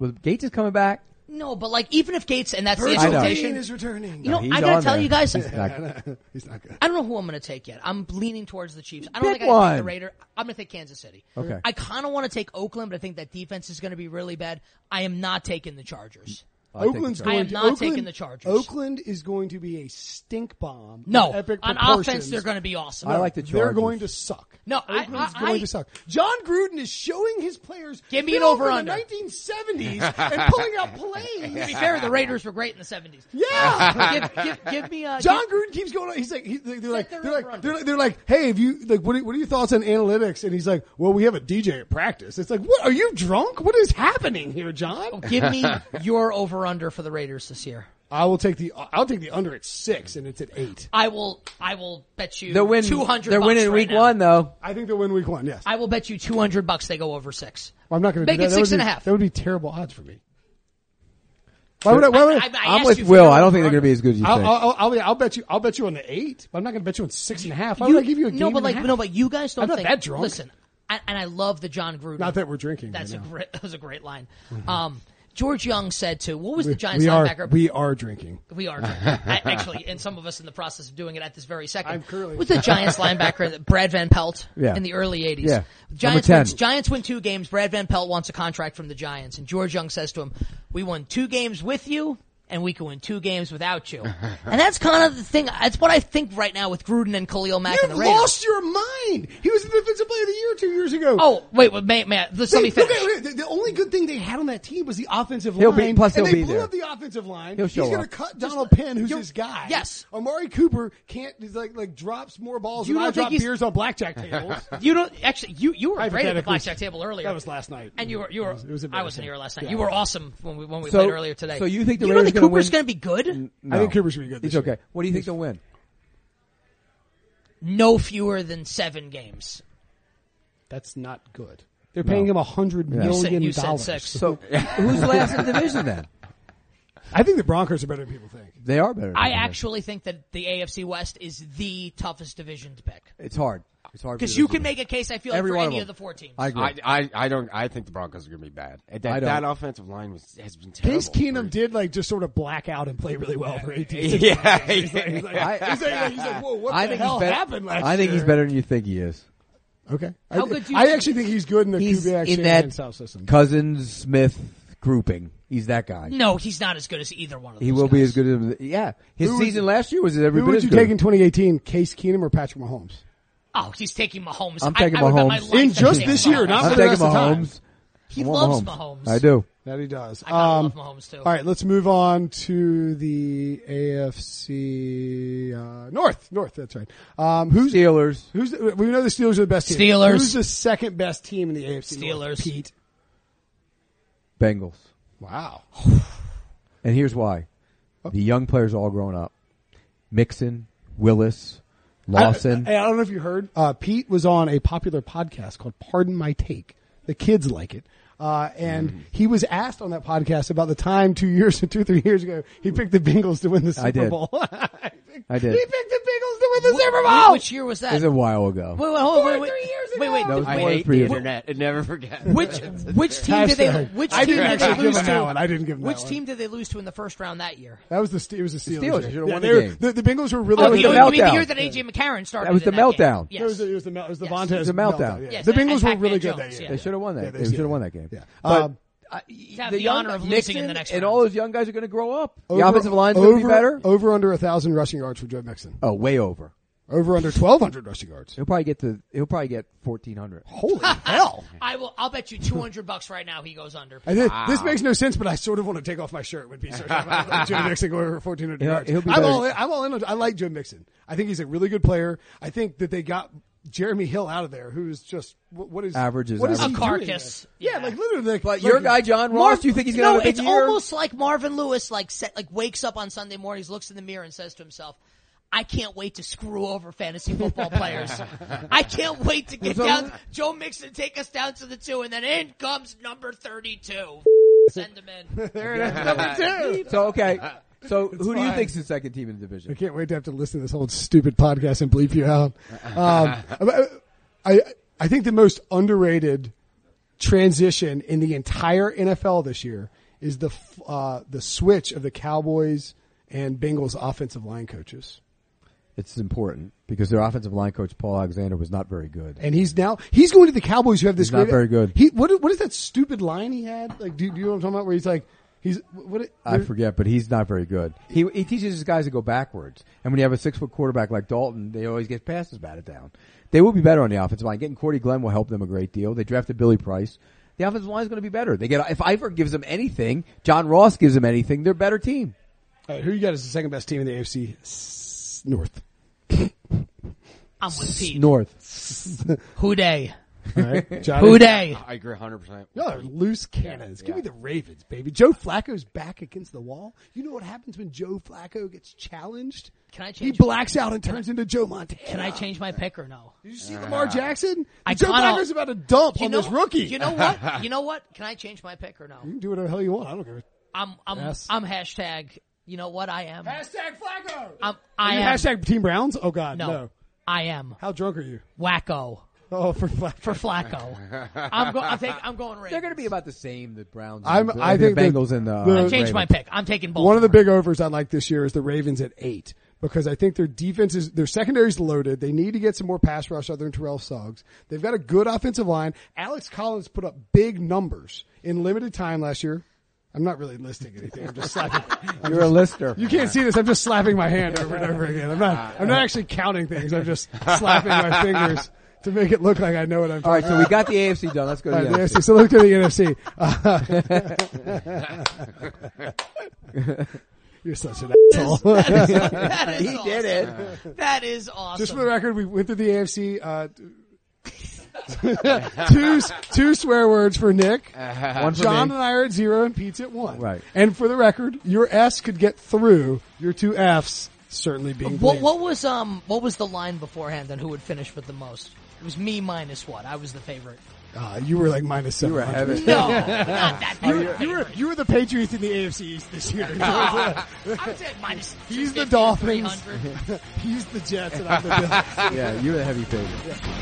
[SPEAKER 3] With Gates is coming back.
[SPEAKER 2] no, but like even if Gates and that's the
[SPEAKER 3] I know.
[SPEAKER 2] expectation,
[SPEAKER 1] is returning.
[SPEAKER 2] you know,
[SPEAKER 3] He's
[SPEAKER 2] I gotta
[SPEAKER 3] on
[SPEAKER 2] tell
[SPEAKER 3] there.
[SPEAKER 2] you guys,
[SPEAKER 3] He's back.
[SPEAKER 1] he's not good.
[SPEAKER 2] I don't know who I'm going to take yet. I'm leaning towards the Chiefs. I don't
[SPEAKER 3] Pick
[SPEAKER 2] think I can
[SPEAKER 3] one.
[SPEAKER 2] take the Raider. I'm going to take Kansas City.
[SPEAKER 3] Okay.
[SPEAKER 2] I kind of want to take Oakland, but I think that defense is going to be really bad. I am not taking the Chargers.
[SPEAKER 3] I'll take
[SPEAKER 1] Oakland's
[SPEAKER 3] the
[SPEAKER 1] going
[SPEAKER 2] I am
[SPEAKER 1] to,
[SPEAKER 2] not
[SPEAKER 1] Oakland,
[SPEAKER 2] taking the Chargers.
[SPEAKER 1] Oakland is going to be a stink bomb.
[SPEAKER 2] No,
[SPEAKER 1] of epic
[SPEAKER 2] on
[SPEAKER 1] proportions.
[SPEAKER 2] offense they're going to be awesome.
[SPEAKER 3] Mm. I like the
[SPEAKER 1] They're
[SPEAKER 3] Chargers.
[SPEAKER 1] going to suck.
[SPEAKER 2] No, I-
[SPEAKER 1] Oakland's
[SPEAKER 2] I-
[SPEAKER 1] going
[SPEAKER 2] I-
[SPEAKER 1] to suck. John Gruden is showing his players
[SPEAKER 2] Give me an
[SPEAKER 1] built in
[SPEAKER 2] over-under.
[SPEAKER 1] the 1970s and pulling out
[SPEAKER 2] To be
[SPEAKER 1] plays.
[SPEAKER 2] fair, the Raiders were great in the '70s.
[SPEAKER 1] Yeah.
[SPEAKER 2] give, give, give me uh,
[SPEAKER 1] John
[SPEAKER 2] give-
[SPEAKER 1] Gruden keeps going. on. He's like, he, they're like,
[SPEAKER 2] their
[SPEAKER 1] they're like,
[SPEAKER 2] over-under.
[SPEAKER 1] they're like, they're like, hey, have you like, what are, what are your thoughts on analytics? And he's like, well, we have a DJ at practice. It's like, what are you drunk? What is happening here, John?
[SPEAKER 2] give me your over under for the Raiders this year.
[SPEAKER 1] I will take the, I'll take the under at six, and it's at eight.
[SPEAKER 2] I will. I will bet you.
[SPEAKER 3] They're winning.
[SPEAKER 2] Two hundred.
[SPEAKER 3] They're winning
[SPEAKER 2] right
[SPEAKER 3] week
[SPEAKER 2] now.
[SPEAKER 3] one though.
[SPEAKER 1] I think they'll win week one. Yes,
[SPEAKER 2] I will bet you two hundred bucks they go over six.
[SPEAKER 1] Well, I'm not going to
[SPEAKER 2] make
[SPEAKER 1] do that.
[SPEAKER 2] it
[SPEAKER 1] That would
[SPEAKER 2] six and
[SPEAKER 1] be-
[SPEAKER 2] a half.
[SPEAKER 1] That would be terrible odds for me. Why would I? Why would I?
[SPEAKER 2] I- I
[SPEAKER 3] I'm
[SPEAKER 2] asked
[SPEAKER 3] with
[SPEAKER 2] you for
[SPEAKER 3] Will.
[SPEAKER 2] your
[SPEAKER 3] I don't think they're going to be
[SPEAKER 2] over-under.
[SPEAKER 3] as good as you
[SPEAKER 1] I'll,
[SPEAKER 3] think.
[SPEAKER 1] I'll, I'll, I'll bet you. I'll bet you on the eight. But I'm not going to bet you on six and a half. Why would I give you a game
[SPEAKER 2] no, but
[SPEAKER 1] and
[SPEAKER 2] like
[SPEAKER 1] a half?
[SPEAKER 2] no, but you guys don't
[SPEAKER 1] I'm not
[SPEAKER 2] think
[SPEAKER 1] that drunk.
[SPEAKER 2] Listen, I, and I love the John Gruden.
[SPEAKER 1] Not that we're drinking.
[SPEAKER 2] That's
[SPEAKER 1] right
[SPEAKER 2] a
[SPEAKER 1] now.
[SPEAKER 2] great. That was a great line. Um, George Young said to what was the Giants
[SPEAKER 1] we are
[SPEAKER 2] linebacker?
[SPEAKER 1] we are drinking.
[SPEAKER 2] We are drinking. I- actually, and some of us in the process of doing it at this very second.
[SPEAKER 1] I'm curly.
[SPEAKER 2] With the Giants linebacker, Brad Van Pelt,
[SPEAKER 3] Yeah.
[SPEAKER 2] in the early '80s.
[SPEAKER 3] Yeah.
[SPEAKER 2] Giants,
[SPEAKER 3] Number 10.
[SPEAKER 2] wins- Giants win two games. Brad Van Pelt wants a contract from the Giants, and George Young says to him, "We won two games with you." And we can win two games without you, and that's kind of the thing. That's what I think right now with Gruden and Khalil Mack
[SPEAKER 1] You've
[SPEAKER 2] and the Raiders.
[SPEAKER 1] lost your mind. He was the defensive player of the year two years ago.
[SPEAKER 2] Oh wait, wait, may, may, let's,
[SPEAKER 1] They-
[SPEAKER 2] let me finish.
[SPEAKER 1] okay, okay, the, the only good thing they had on that team was the offensive
[SPEAKER 3] He'll
[SPEAKER 1] line.
[SPEAKER 3] be- plus
[SPEAKER 1] and
[SPEAKER 3] he'll
[SPEAKER 1] they
[SPEAKER 3] be
[SPEAKER 1] blew
[SPEAKER 3] there.
[SPEAKER 1] up the offensive line.
[SPEAKER 3] He'll show
[SPEAKER 1] He's going to
[SPEAKER 3] up.
[SPEAKER 1] cut Donald Penn, who's his guy.
[SPEAKER 2] Yes.
[SPEAKER 1] Amari Cooper can't. He's like like drops more balls
[SPEAKER 2] You
[SPEAKER 1] than I
[SPEAKER 2] don't think
[SPEAKER 1] drop
[SPEAKER 2] he's-
[SPEAKER 1] beers on blackjack tables.
[SPEAKER 2] You don't actually. You you were great at the
[SPEAKER 1] Hypothetically.
[SPEAKER 2] blackjack table earlier.
[SPEAKER 1] That was last night.
[SPEAKER 2] And you were you were.
[SPEAKER 1] It was
[SPEAKER 2] I
[SPEAKER 1] embarrassing.
[SPEAKER 2] wasn't here last night.
[SPEAKER 1] Yeah.
[SPEAKER 2] You were awesome when we when we
[SPEAKER 3] So-
[SPEAKER 2] played earlier today.
[SPEAKER 3] so you think the
[SPEAKER 2] you don't
[SPEAKER 3] Raiders
[SPEAKER 2] think
[SPEAKER 3] gonna
[SPEAKER 2] Cooper's
[SPEAKER 3] win?
[SPEAKER 2] going to be good?
[SPEAKER 1] I think Cooper's going to be good.
[SPEAKER 3] He's
[SPEAKER 1] this
[SPEAKER 3] okay.
[SPEAKER 1] year.
[SPEAKER 3] What do you think they'll win?
[SPEAKER 2] No fewer than seven games.
[SPEAKER 1] That's not good. They're paying him a hundred million
[SPEAKER 2] You said, you said
[SPEAKER 1] dollars.
[SPEAKER 2] six.
[SPEAKER 3] So who's last in the division then?
[SPEAKER 1] I think the Broncos are better than people think.
[SPEAKER 3] They are better. than
[SPEAKER 2] I
[SPEAKER 3] the division.
[SPEAKER 2] actually think that the AFC West is the toughest division to pick
[SPEAKER 3] It's hard. It's hard
[SPEAKER 2] because
[SPEAKER 3] for
[SPEAKER 2] you
[SPEAKER 3] the
[SPEAKER 2] can make a case. I feel like,
[SPEAKER 3] Every
[SPEAKER 2] for
[SPEAKER 3] one
[SPEAKER 2] any
[SPEAKER 3] of
[SPEAKER 2] of the
[SPEAKER 3] them.
[SPEAKER 2] four teams.
[SPEAKER 3] I agree.
[SPEAKER 4] I, I, I don't. I think the Broncos are going to be bad. That,
[SPEAKER 3] I don't.
[SPEAKER 4] that offensive line was has been terrible.
[SPEAKER 1] Case Keenum did like just sort of black out and play really well for 18.
[SPEAKER 4] Yeah,
[SPEAKER 1] He's like,
[SPEAKER 3] I-
[SPEAKER 1] he's like, he's like, whoa, what
[SPEAKER 3] I
[SPEAKER 1] the
[SPEAKER 3] think
[SPEAKER 1] hell
[SPEAKER 3] he's better.
[SPEAKER 1] happened last
[SPEAKER 3] I think
[SPEAKER 1] year?
[SPEAKER 3] he's better than you think he is.
[SPEAKER 1] Okay.
[SPEAKER 2] How
[SPEAKER 1] I,
[SPEAKER 2] good do you
[SPEAKER 1] I
[SPEAKER 2] think-
[SPEAKER 1] actually think he's good in the
[SPEAKER 3] He's
[SPEAKER 1] Kubiak
[SPEAKER 3] in
[SPEAKER 1] Shanahan
[SPEAKER 3] that
[SPEAKER 1] South system.
[SPEAKER 3] Cousins Smith grouping. He's that guy.
[SPEAKER 2] no, he's not as good as either one of those.
[SPEAKER 3] he will be
[SPEAKER 2] guys.
[SPEAKER 3] as good as yeah. His
[SPEAKER 1] Who would-
[SPEAKER 3] season last year was every
[SPEAKER 1] Who
[SPEAKER 3] bit
[SPEAKER 1] would
[SPEAKER 3] as
[SPEAKER 1] you
[SPEAKER 3] good.
[SPEAKER 1] take in 2018, Case Keenum or Patrick Mahomes?
[SPEAKER 2] Oh, he's taking Mahomes.
[SPEAKER 3] I'm
[SPEAKER 2] I-
[SPEAKER 3] taking
[SPEAKER 2] I would bet my
[SPEAKER 3] Mahomes.
[SPEAKER 2] life
[SPEAKER 1] In
[SPEAKER 2] that
[SPEAKER 1] just
[SPEAKER 2] he's
[SPEAKER 1] this
[SPEAKER 2] taking
[SPEAKER 1] year,
[SPEAKER 2] Mahomes.
[SPEAKER 1] not
[SPEAKER 3] I'm
[SPEAKER 1] for the
[SPEAKER 3] taking
[SPEAKER 1] rest of time.
[SPEAKER 3] Mahomes.
[SPEAKER 2] He
[SPEAKER 3] I want
[SPEAKER 2] loves Mahomes.
[SPEAKER 3] I do.
[SPEAKER 1] That he does.
[SPEAKER 2] I kinda
[SPEAKER 1] Um,
[SPEAKER 2] love Mahomes too.
[SPEAKER 1] all right, let's move on to the AFC uh, North. North, that's right. Um, who's
[SPEAKER 3] Steelers.
[SPEAKER 1] who's the, we know the Steelers are the best team.
[SPEAKER 2] Steelers.
[SPEAKER 1] Who's the second best team in the AFC? North?
[SPEAKER 2] Steelers.
[SPEAKER 1] Pete.
[SPEAKER 3] Bengals.
[SPEAKER 1] Wow.
[SPEAKER 3] And here's why. The young players are all grown up. Mixon, Willis, Lawson.
[SPEAKER 1] I, I don't know if you heard. Uh, Pete was on a popular podcast called Pardon My Take. The kids like it. Uh, and
[SPEAKER 3] Mm.
[SPEAKER 1] he was asked on that podcast about the time two years, two, three years ago, he picked the Bengals to win the Super
[SPEAKER 3] did.
[SPEAKER 1] Bowl. I, picked,
[SPEAKER 3] I did.
[SPEAKER 1] He picked the Bengals to win the Super
[SPEAKER 2] Wh-
[SPEAKER 1] Bowl!
[SPEAKER 2] Which year was that?
[SPEAKER 3] It was a while ago.
[SPEAKER 2] wait, wait, hold on, wait,
[SPEAKER 1] Four or
[SPEAKER 2] wait,
[SPEAKER 1] three years
[SPEAKER 2] wait, wait,
[SPEAKER 1] ago.
[SPEAKER 3] That was
[SPEAKER 4] I
[SPEAKER 3] more
[SPEAKER 4] hate
[SPEAKER 3] pre-
[SPEAKER 4] the internet. It never forgets.
[SPEAKER 2] Which which team did they
[SPEAKER 1] Hashtag.
[SPEAKER 2] which
[SPEAKER 1] I
[SPEAKER 2] team
[SPEAKER 1] didn't
[SPEAKER 2] did they
[SPEAKER 1] actually give
[SPEAKER 2] lose
[SPEAKER 1] him that
[SPEAKER 2] to?
[SPEAKER 1] one. I didn't give him
[SPEAKER 2] Which
[SPEAKER 1] that one.
[SPEAKER 2] team did they lose to in the first round that year? Oh,
[SPEAKER 1] That was the Ste- it was the Steelers.
[SPEAKER 3] Steelers
[SPEAKER 1] year.
[SPEAKER 3] should've won
[SPEAKER 1] they
[SPEAKER 3] the
[SPEAKER 1] were-
[SPEAKER 3] game.
[SPEAKER 1] the, the Bengals were really.
[SPEAKER 3] That was
[SPEAKER 2] you
[SPEAKER 3] the
[SPEAKER 2] mean- you mean
[SPEAKER 3] meltdown.
[SPEAKER 2] year that AJ McCarron started.
[SPEAKER 3] That was
[SPEAKER 2] in
[SPEAKER 3] the
[SPEAKER 2] game.
[SPEAKER 3] meltdown.
[SPEAKER 1] It was
[SPEAKER 2] Yes.
[SPEAKER 1] the, it was the, mel- it was the
[SPEAKER 2] Yes.
[SPEAKER 1] Vontaze
[SPEAKER 2] It
[SPEAKER 3] was a meltdown.
[SPEAKER 1] Yeah.
[SPEAKER 2] Yes,
[SPEAKER 1] The
[SPEAKER 2] and-
[SPEAKER 1] Bengals
[SPEAKER 2] and
[SPEAKER 1] were
[SPEAKER 2] Pac-Man
[SPEAKER 1] really
[SPEAKER 2] Jones,
[SPEAKER 1] good that year.
[SPEAKER 2] yeah.
[SPEAKER 3] They should have won that.
[SPEAKER 1] Yeah, they
[SPEAKER 3] they
[SPEAKER 1] should
[SPEAKER 3] should
[SPEAKER 1] have.
[SPEAKER 3] have won that game.
[SPEAKER 1] Yeah.
[SPEAKER 3] But
[SPEAKER 1] Um,
[SPEAKER 3] I-
[SPEAKER 2] have the
[SPEAKER 3] young-
[SPEAKER 2] honor of losing
[SPEAKER 3] Nixon
[SPEAKER 2] in the next
[SPEAKER 3] and
[SPEAKER 2] round.
[SPEAKER 3] all those young guys are going to grow up. the offensive line's going to
[SPEAKER 1] Uh, over-
[SPEAKER 3] be better.
[SPEAKER 1] Over under a thousand rushing yards for Joe Mixon.
[SPEAKER 3] Oh, way over.
[SPEAKER 1] Over under twelve hundred rushing yards.
[SPEAKER 3] He'll probably get to. He'll probably get fourteen hundred.
[SPEAKER 1] Holy hell!
[SPEAKER 2] I will. I'll bet you two hundred bucks right now he goes under.
[SPEAKER 1] I did, This makes no sense, but I sort of want to take off my shirt when Pete starts talking about Joe Mixon going over 1,400
[SPEAKER 3] He'll-
[SPEAKER 1] yards.
[SPEAKER 3] he'll be
[SPEAKER 1] I'm,
[SPEAKER 3] better.
[SPEAKER 1] all in, I'm all in. on- I like Joe Mixon. I think he's a really good player. I think that they got Jeremy Hill out of there, who's just what, what is
[SPEAKER 3] Average is
[SPEAKER 1] what is
[SPEAKER 3] average.
[SPEAKER 1] he
[SPEAKER 2] A
[SPEAKER 1] doing
[SPEAKER 2] carcass.
[SPEAKER 1] there? Yeah,
[SPEAKER 2] Yeah.
[SPEAKER 1] like literally. Like,
[SPEAKER 3] But
[SPEAKER 1] like-
[SPEAKER 3] your guy John Ross, do you think he's going
[SPEAKER 2] no,
[SPEAKER 3] to have a big
[SPEAKER 2] it's
[SPEAKER 3] year?
[SPEAKER 2] almost like Marvin Lewis, like set, like wakes up on Sunday mornings, looks in the mirror, and says to himself, "I can't wait to screw over fantasy football players. I can't wait to get down Joe Mixon, take us down to the two, and then in comes number thirty-two. Send him in.
[SPEAKER 1] There it is, number two.
[SPEAKER 3] Uh, so okay. So who do you
[SPEAKER 1] fine.
[SPEAKER 3] think's the second team in the division?
[SPEAKER 1] I can't wait to have to listen to this whole stupid podcast and bleep you out. Um, I I think the most underrated transition in the entire NFL this year is the f- uh, the switch of the Cowboys and Bengals offensive line coaches,
[SPEAKER 3] It's important because their offensive line coach Paul Alexander was not very good.
[SPEAKER 1] and he's now he's going to the Cowboys who have this
[SPEAKER 3] He's not
[SPEAKER 1] great-
[SPEAKER 3] very good.
[SPEAKER 1] He what what is that stupid line he had? Like do, do you know what I'm talking about? Where he's like he's what
[SPEAKER 3] I forget, but he's not very good. He he teaches his guys to go backwards, and when you have a six foot quarterback like Dalton, they always get passes batted down. They will be better on the offensive line. Getting Cordy Glenn will help them a great deal. They drafted Billy Price. The offensive line is going to be better. They get if Eifert gives them anything, John Ross gives them anything. They're a better team.
[SPEAKER 1] All right, uh, who you got as the second best team in the AFC S- North?
[SPEAKER 2] I'm with Pete.
[SPEAKER 3] North.
[SPEAKER 2] Who day?
[SPEAKER 1] All right, Johnny?
[SPEAKER 2] Who day?
[SPEAKER 4] I agree 100%.
[SPEAKER 1] Y'all are loose cannons. Give me the Ravens, baby. Joe Flacco's back against the wall. You know what happens when Joe Flacco gets challenged?
[SPEAKER 2] Can I
[SPEAKER 1] He
[SPEAKER 2] change?
[SPEAKER 1] blacks out and turns into Joe Montana.
[SPEAKER 2] Can I change my pick or no?
[SPEAKER 1] Did you see Lamar Jackson?
[SPEAKER 2] I
[SPEAKER 1] Joe
[SPEAKER 2] kinda-
[SPEAKER 1] Flacco's about to dump
[SPEAKER 2] You
[SPEAKER 1] on
[SPEAKER 2] know,
[SPEAKER 1] this rookie.
[SPEAKER 2] You know what? You know what? Can I change my pick or no?
[SPEAKER 1] you can do whatever the hell you want. I don't care.
[SPEAKER 2] I'm I'm
[SPEAKER 1] Yes.
[SPEAKER 2] I'm hashtag. You know what? I am.
[SPEAKER 1] Hashtag Flacco.
[SPEAKER 2] I'm, I
[SPEAKER 1] you
[SPEAKER 2] am.
[SPEAKER 1] hashtag Team Browns. Oh God, no.
[SPEAKER 2] no, I am
[SPEAKER 1] How drunk are you?
[SPEAKER 2] wacko
[SPEAKER 1] Oh, for Flacco.
[SPEAKER 2] for Flacco. I'm going. I think I'm going. Ravens.
[SPEAKER 3] They're going to be about the same. The Browns.
[SPEAKER 1] I'm-
[SPEAKER 3] and the,
[SPEAKER 1] I think
[SPEAKER 3] the
[SPEAKER 1] that
[SPEAKER 3] Bengals and uh, the.
[SPEAKER 1] the-
[SPEAKER 2] I changed my
[SPEAKER 3] Ravens.
[SPEAKER 2] pick. I'm taking both.
[SPEAKER 1] One of the big overs I like this year is the Ravens at eight because I think their defense is their secondary's loaded. They need to get some more pass rush other than Terrell Suggs. They've got a good offensive line. Alex Collins put up big numbers in limited time last year. I'm not really listing anything. I'm just slapping. I'm
[SPEAKER 3] You're a
[SPEAKER 1] just-
[SPEAKER 3] lister.
[SPEAKER 1] you can't see this. I'm just slapping my hand over and over again. I'm not. I'm not actually counting things. I'm just slapping my fingers to make it look like I know what I'm.
[SPEAKER 3] All right,
[SPEAKER 1] talking
[SPEAKER 3] so we got the AFC done. Let's go to
[SPEAKER 1] about.
[SPEAKER 3] the
[SPEAKER 1] All right,
[SPEAKER 3] NFC.
[SPEAKER 1] the NFC. So let's go to the NFC. Uh, you're such an asshole.
[SPEAKER 2] that is awesome.
[SPEAKER 3] Did it?
[SPEAKER 2] That is awesome.
[SPEAKER 1] Just for the record, we went through the AFC. Uh, two two swear words for Nick.
[SPEAKER 3] One for
[SPEAKER 1] John
[SPEAKER 3] me.
[SPEAKER 1] and I are at zero, and Pete's at one.
[SPEAKER 3] Right.
[SPEAKER 1] And for the record, your S could get through your two Fs. Certainly being
[SPEAKER 2] what,
[SPEAKER 1] blamed.
[SPEAKER 2] what was um what was the line beforehand on who would finish with the most? It was me minus what? I was the favorite.
[SPEAKER 1] Uh, you were like minus seven.
[SPEAKER 3] You were heavy.
[SPEAKER 2] No, not that.
[SPEAKER 1] You were, you were you were the Patriots in the AFC East this year.
[SPEAKER 2] I would say minus.
[SPEAKER 1] He's the
[SPEAKER 2] 250,
[SPEAKER 1] Dolphins.
[SPEAKER 2] 300.
[SPEAKER 1] He's the Jets, and I'm the Bills.
[SPEAKER 3] Yeah, you're the heavy favorite.